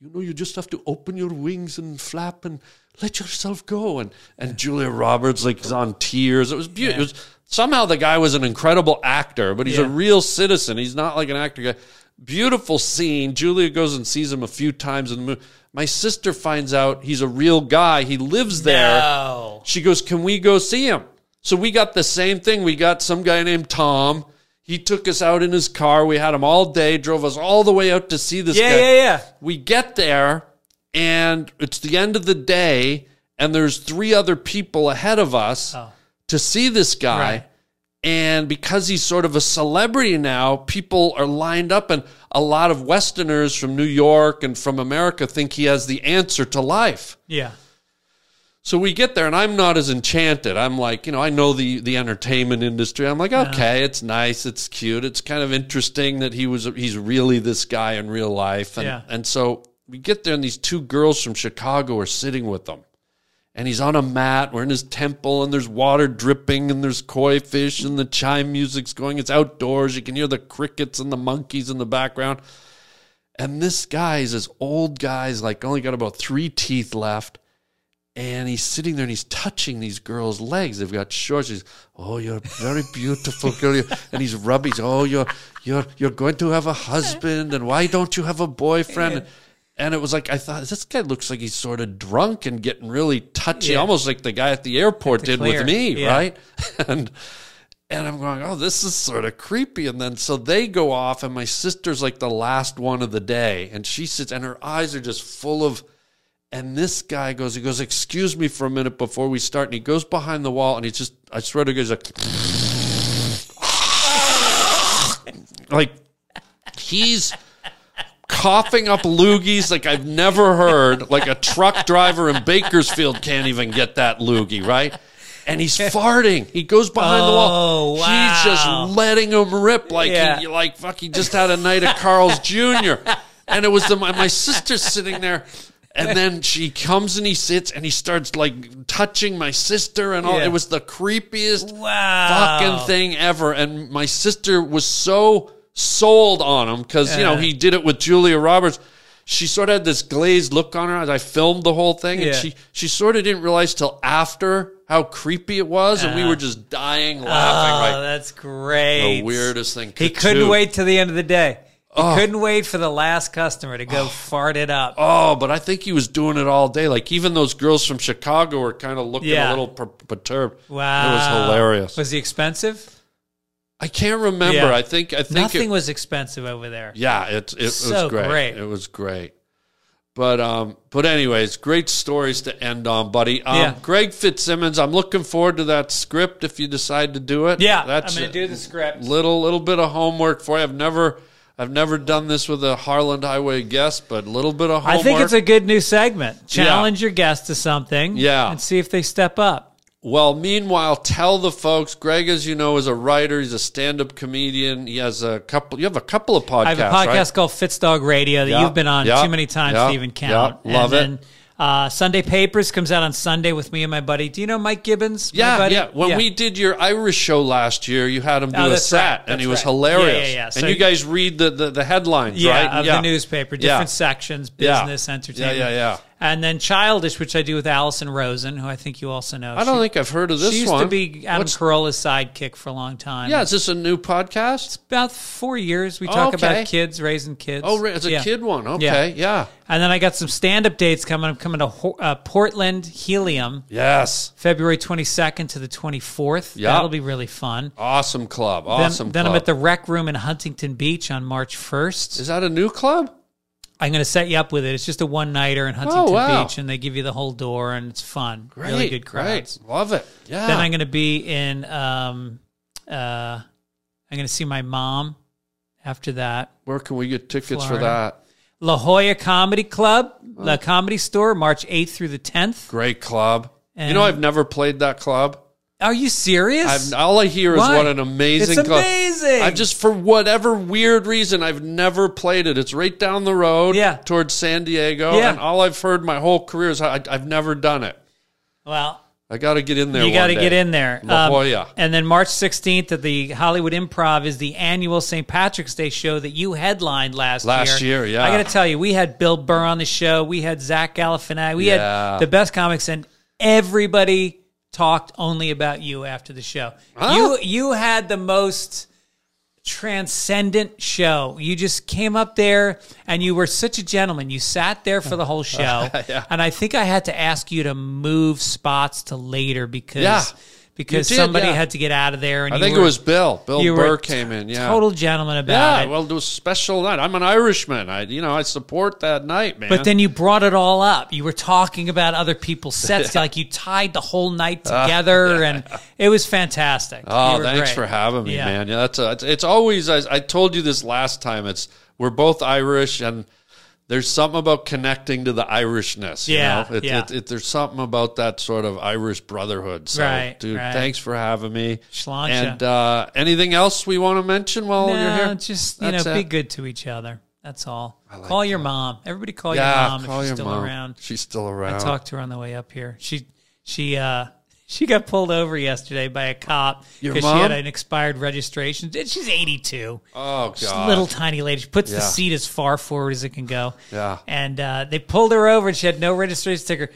Speaker 2: You know, you just have to open your wings and flap and let yourself go." And and Julia Roberts like is on tears. It was beautiful. It was, somehow the guy was an incredible actor, but he's a
Speaker 1: Yeah.
Speaker 2: real citizen. He's not like an actor guy. Beautiful scene. Julia goes and sees him a few times in the movie. My sister finds out he's a real guy. He lives there.
Speaker 1: No.
Speaker 2: She goes, Can we go see him? So we got the same thing. We got some guy named Tom. He took us out in his car. We had him all day, drove us all the way out to see this
Speaker 1: Yeah,
Speaker 2: guy.
Speaker 1: yeah, yeah.
Speaker 2: We get there, and it's the end of the day, and there's three other people ahead of us to see this guy.
Speaker 1: Oh. Right.
Speaker 2: And because he's sort of a celebrity now, people are lined up, and a lot of Westerners from New York and from America think he has the answer to life.
Speaker 1: Yeah.
Speaker 2: So we get there, and I'm not as enchanted. I'm like, you know, I know the the entertainment industry. I'm like, okay, it's nice, it's cute, it's kind of interesting that he was he's really this guy in real life. And
Speaker 1: Yeah.
Speaker 2: and so we get there, and these two girls from Chicago are sitting with him, and he's on a mat. We're in his temple, and there's water dripping, and there's koi fish, and the chime music's going. It's outdoors. You can hear the crickets and the monkeys in the background. And this guy is this old guy's like only got about three teeth left. And he's sitting there and he's touching these girls' legs. They've got shorts. He's, oh, you're a very beautiful girl. You're- And he's rubbing. He's, oh, you're you're you're going to have a husband, and why don't you have a boyfriend? And it was like I thought this guy looks like he's sort of drunk and getting really touchy,
Speaker 1: Yeah.
Speaker 2: almost like the guy at the airport did
Speaker 1: clear.
Speaker 2: with me,
Speaker 1: Yeah.
Speaker 2: right? And and I'm going, oh, this is sort of creepy. And then so they go off, and my sister's like the last one of the day, and she sits, and her eyes are just full of. And this guy goes, he goes, excuse me for a minute before we start, and he goes behind the wall, and he's just, I swear to God, he's like, like he's coughing up loogies like I've never heard. Like a truck driver in Bakersfield can't even get that loogie, right? And he's farting. He goes behind the wall.
Speaker 1: Oh,
Speaker 2: He's
Speaker 1: wow.
Speaker 2: just letting him rip like
Speaker 1: Yeah.
Speaker 2: he, like fuck. He just had a night at Carl's Jr. And it was the, my, my sister sitting there. And then she comes and he sits and he starts like touching my sister and all.
Speaker 1: Yeah.
Speaker 2: It was the creepiest
Speaker 1: Wow.
Speaker 2: fucking thing ever. And my sister was so sold on him because, you know,
Speaker 1: Yeah.
Speaker 2: he did it with Julia Roberts. She sort of had this glazed look on her as I filmed the whole thing. And
Speaker 1: Yeah.
Speaker 2: she, she sort of didn't realize till after how creepy it was. And we were just dying laughing.
Speaker 1: Uh-huh. Oh,
Speaker 2: like,
Speaker 1: that's great.
Speaker 2: the weirdest thing.
Speaker 1: He couldn't
Speaker 2: Ka-choo.
Speaker 1: wait till the end of the day. He couldn't wait for the last customer to go fart it up.
Speaker 2: Oh, but I think he was doing it all day. Like, even those girls from Chicago were kind of looking
Speaker 1: Yeah.
Speaker 2: a little per- perturbed.
Speaker 1: wow.
Speaker 2: It was hilarious.
Speaker 1: Was he expensive?
Speaker 2: I can't remember.
Speaker 1: Yeah.
Speaker 2: I think, I think
Speaker 1: Nothing
Speaker 2: it,
Speaker 1: was expensive over there.
Speaker 2: Yeah, it it
Speaker 1: So
Speaker 2: was great.
Speaker 1: great.
Speaker 2: It was great. But um, but anyways, great stories to end on, buddy. Um,
Speaker 1: Yeah.
Speaker 2: Greg Fitzsimmons, I'm looking forward to that script if you decide to do it.
Speaker 1: Yeah,
Speaker 2: that's
Speaker 1: I'm going
Speaker 2: a
Speaker 1: to do the script.
Speaker 2: little little bit of homework for you. I've never I've never done this with a Harland Highway guest, but a little bit of homework.
Speaker 1: I think it's a good new segment. Challenge your guest to something.
Speaker 2: Yeah.
Speaker 1: And see if they step up.
Speaker 2: Well, meanwhile, tell the folks. Greg, as you know, is a writer. He's a stand-up comedian. He has a couple. You have a couple of podcasts.
Speaker 1: I have a podcast
Speaker 2: right?
Speaker 1: called Fitz Dog Radio that
Speaker 2: Yeah,
Speaker 1: you've been on
Speaker 2: yeah,
Speaker 1: too many times
Speaker 2: yeah,
Speaker 1: to even count.
Speaker 2: yeah, love it.
Speaker 1: and then, Uh, Sunday Papers comes out on Sunday with me and my buddy. Do you know Mike Gibbons? my
Speaker 2: Yeah,
Speaker 1: buddy?
Speaker 2: yeah. When we did your Irish show last year, you had him do
Speaker 1: Oh,
Speaker 2: a
Speaker 1: that's
Speaker 2: set,
Speaker 1: right,
Speaker 2: and
Speaker 1: that's
Speaker 2: he was
Speaker 1: right. Yeah,
Speaker 2: hilarious.
Speaker 1: yeah, yeah. So
Speaker 2: and you
Speaker 1: you-
Speaker 2: guys read the, the, the headlines,
Speaker 1: yeah,
Speaker 2: right?
Speaker 1: of the newspaper,
Speaker 2: Yeah.
Speaker 1: different sections,
Speaker 2: Yeah.
Speaker 1: business,
Speaker 2: Yeah,
Speaker 1: entertainment.
Speaker 2: yeah, yeah.
Speaker 1: And then Childish, which I do with Allison Rosen, who I think you also know.
Speaker 2: I don't think I've heard of this
Speaker 1: she used
Speaker 2: one.
Speaker 1: to be Adam
Speaker 2: What's-
Speaker 1: Carolla's sidekick for a long time.
Speaker 2: yeah, is this a new podcast?
Speaker 1: about four years. We
Speaker 2: Oh,
Speaker 1: talk
Speaker 2: okay.
Speaker 1: about kids, raising kids.
Speaker 2: Oh, right, it's a
Speaker 1: Yeah.
Speaker 2: kid one. Okay, yeah.
Speaker 1: And then I got some stand-up dates coming. I'm coming to Ho- uh, Portland Helium.
Speaker 2: Yes.
Speaker 1: February 22nd to the 24th.
Speaker 2: Yeah.
Speaker 1: That'll be really fun.
Speaker 2: Awesome club.
Speaker 1: Then-
Speaker 2: Awesome
Speaker 1: then
Speaker 2: club.
Speaker 1: I'm at the Rec Room in Huntington Beach on March 1st.
Speaker 2: Is that a new club?
Speaker 1: I'm going to set you up with it. It's just a one nighter in Huntington
Speaker 2: Oh, wow.
Speaker 1: Beach, and they give you the whole door, and it's fun.
Speaker 2: Great.
Speaker 1: really good crowds.
Speaker 2: Great. Love it. Yeah.
Speaker 1: Then I'm going to be in. Um, uh, I'm going to see my mom. After that,
Speaker 2: Where can we get tickets for
Speaker 1: Florida.
Speaker 2: that?
Speaker 1: La Jolla Comedy Club,
Speaker 2: Oh.
Speaker 1: La Comedy Store, March 8th through the 10th.
Speaker 2: Great club. you
Speaker 1: And-
Speaker 2: know, I've never played that club.
Speaker 1: Are you serious?
Speaker 2: I've, all I hear is
Speaker 1: Why?
Speaker 2: what an amazing
Speaker 1: It's
Speaker 2: club.
Speaker 1: amazing.
Speaker 2: I've just for whatever weird reason I've never played it. It's right down the road
Speaker 1: Yeah.
Speaker 2: towards San Diego
Speaker 1: Yeah.
Speaker 2: and all I've heard my whole career is I, I've never done it.
Speaker 1: well,
Speaker 2: I got to get in there
Speaker 1: You got to get in there.
Speaker 2: La
Speaker 1: Um,
Speaker 2: Jolla.
Speaker 1: and then March 16th at the Hollywood Improv is the annual St. Patrick's Day show that you headlined last year.
Speaker 2: Last year, yeah.
Speaker 1: I got to tell you, we had Bill Burr on the show. We had Zach Galifianakis. We
Speaker 2: Yeah.
Speaker 1: had the best comics, and everybody talked only about you after the show.
Speaker 2: Huh?
Speaker 1: You you had the most transcendent show. You just came up there and you were such a gentleman. You sat there for the whole show. And I think I had to ask you to move spots to later because
Speaker 2: Yeah.
Speaker 1: because
Speaker 2: You did,
Speaker 1: somebody
Speaker 2: yeah.
Speaker 1: had to get out of there. And
Speaker 2: I
Speaker 1: you
Speaker 2: think
Speaker 1: were-
Speaker 2: it was Bill. Bill
Speaker 1: you were
Speaker 2: Burr
Speaker 1: a
Speaker 2: came in. Yeah.
Speaker 1: total gentleman about
Speaker 2: Yeah,
Speaker 1: it.
Speaker 2: well, it was special night. I'm an Irishman. I, you know, I support that night, man.
Speaker 1: but then you brought it all up. You were talking about other people's sets, like you tied the whole night together, and it was fantastic. You
Speaker 2: Ah, Oh,
Speaker 1: were
Speaker 2: thanks
Speaker 1: great.
Speaker 2: for having me,
Speaker 1: Yeah.
Speaker 2: man. Yeah, that's a, it's, it's always. I, I told you this last time. It's we're both Irish, and there's something about connecting to the Irishness.
Speaker 1: Yeah,
Speaker 2: you know? it,
Speaker 1: yeah.
Speaker 2: It, it, there's something about that sort of Irish brotherhood. So,
Speaker 1: Right,
Speaker 2: dude,
Speaker 1: right.
Speaker 2: thanks for having me.
Speaker 1: Sláinte.
Speaker 2: And uh, anything else we want to mention while you're
Speaker 1: No,
Speaker 2: here?
Speaker 1: just you
Speaker 2: That's
Speaker 1: know,
Speaker 2: it.
Speaker 1: be good to each other. That's all. call your mom. Everybody, call
Speaker 2: Yeah,
Speaker 1: your mom
Speaker 2: call
Speaker 1: if
Speaker 2: your
Speaker 1: she's still
Speaker 2: mom.
Speaker 1: around.
Speaker 2: She's still around.
Speaker 1: I talked to her on the way up here. She she uh she got pulled over yesterday by a cop
Speaker 2: Your
Speaker 1: she had
Speaker 2: mom?
Speaker 1: an expired registration. And She's eighty two.
Speaker 2: Oh
Speaker 1: She's
Speaker 2: God,
Speaker 1: a little tiny lady. She puts
Speaker 2: Yeah.
Speaker 1: the seat as far forward as it can go.
Speaker 2: Yeah.
Speaker 1: And uh, they pulled her over and she had no registration sticker.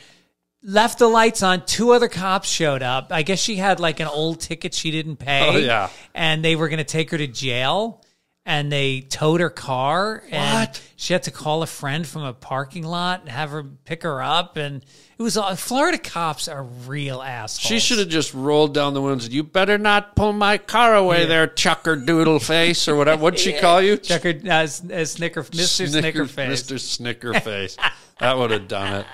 Speaker 1: Left the lights on. Two other cops showed up. I guess she had like an old ticket she didn't pay.
Speaker 2: Oh, yeah.
Speaker 1: And they were going to take her to jail. And they towed her car. And
Speaker 2: What?
Speaker 1: she had to call a friend from a parking lot and have her pick her up. And it was all Florida cops are real assholes.
Speaker 2: She should have just rolled down the windows. You better not pull my car away, there, Chucker Doodle Face, or whatever. What'd she call you?
Speaker 1: Check her, uh, s- uh, snicker, Mr. Snicker, face.
Speaker 2: Mr. Snicker Face. that would have done it.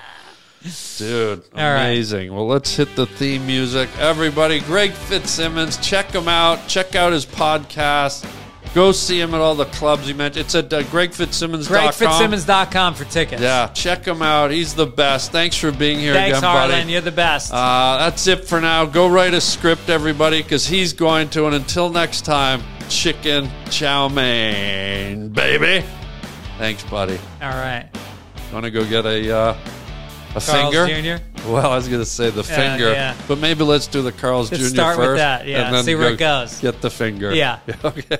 Speaker 2: Dude,
Speaker 1: right.
Speaker 2: amazing. Well, let's hit the theme music. Everybody, Greg Fitzsimmons, check him out. Check out his podcast. Go see him at all the clubs he mentioned. It's at uh, gregfitzsimmons.com.
Speaker 1: GregFitzsimmons.com for tickets.
Speaker 2: Yeah, check him out. He's the best. Thanks for being here
Speaker 1: Thanks,
Speaker 2: again, buddy.
Speaker 1: Harlan. You're the best.
Speaker 2: Uh, that's it for now. Go write a script, everybody, because he's going to. And until next time, chicken chow mein, baby. Thanks, buddy.
Speaker 1: All right.
Speaker 2: Want to go get a uh, a
Speaker 1: Carl's
Speaker 2: finger?
Speaker 1: Jr.?
Speaker 2: Well, I was going to say the finger,
Speaker 1: yeah.
Speaker 2: but maybe let's do the Carl's
Speaker 1: Let's
Speaker 2: Jr.
Speaker 1: start with
Speaker 2: first,
Speaker 1: that, yeah,
Speaker 2: and then
Speaker 1: see where it goes.
Speaker 2: Get the finger.
Speaker 1: Yeah.
Speaker 2: Okay.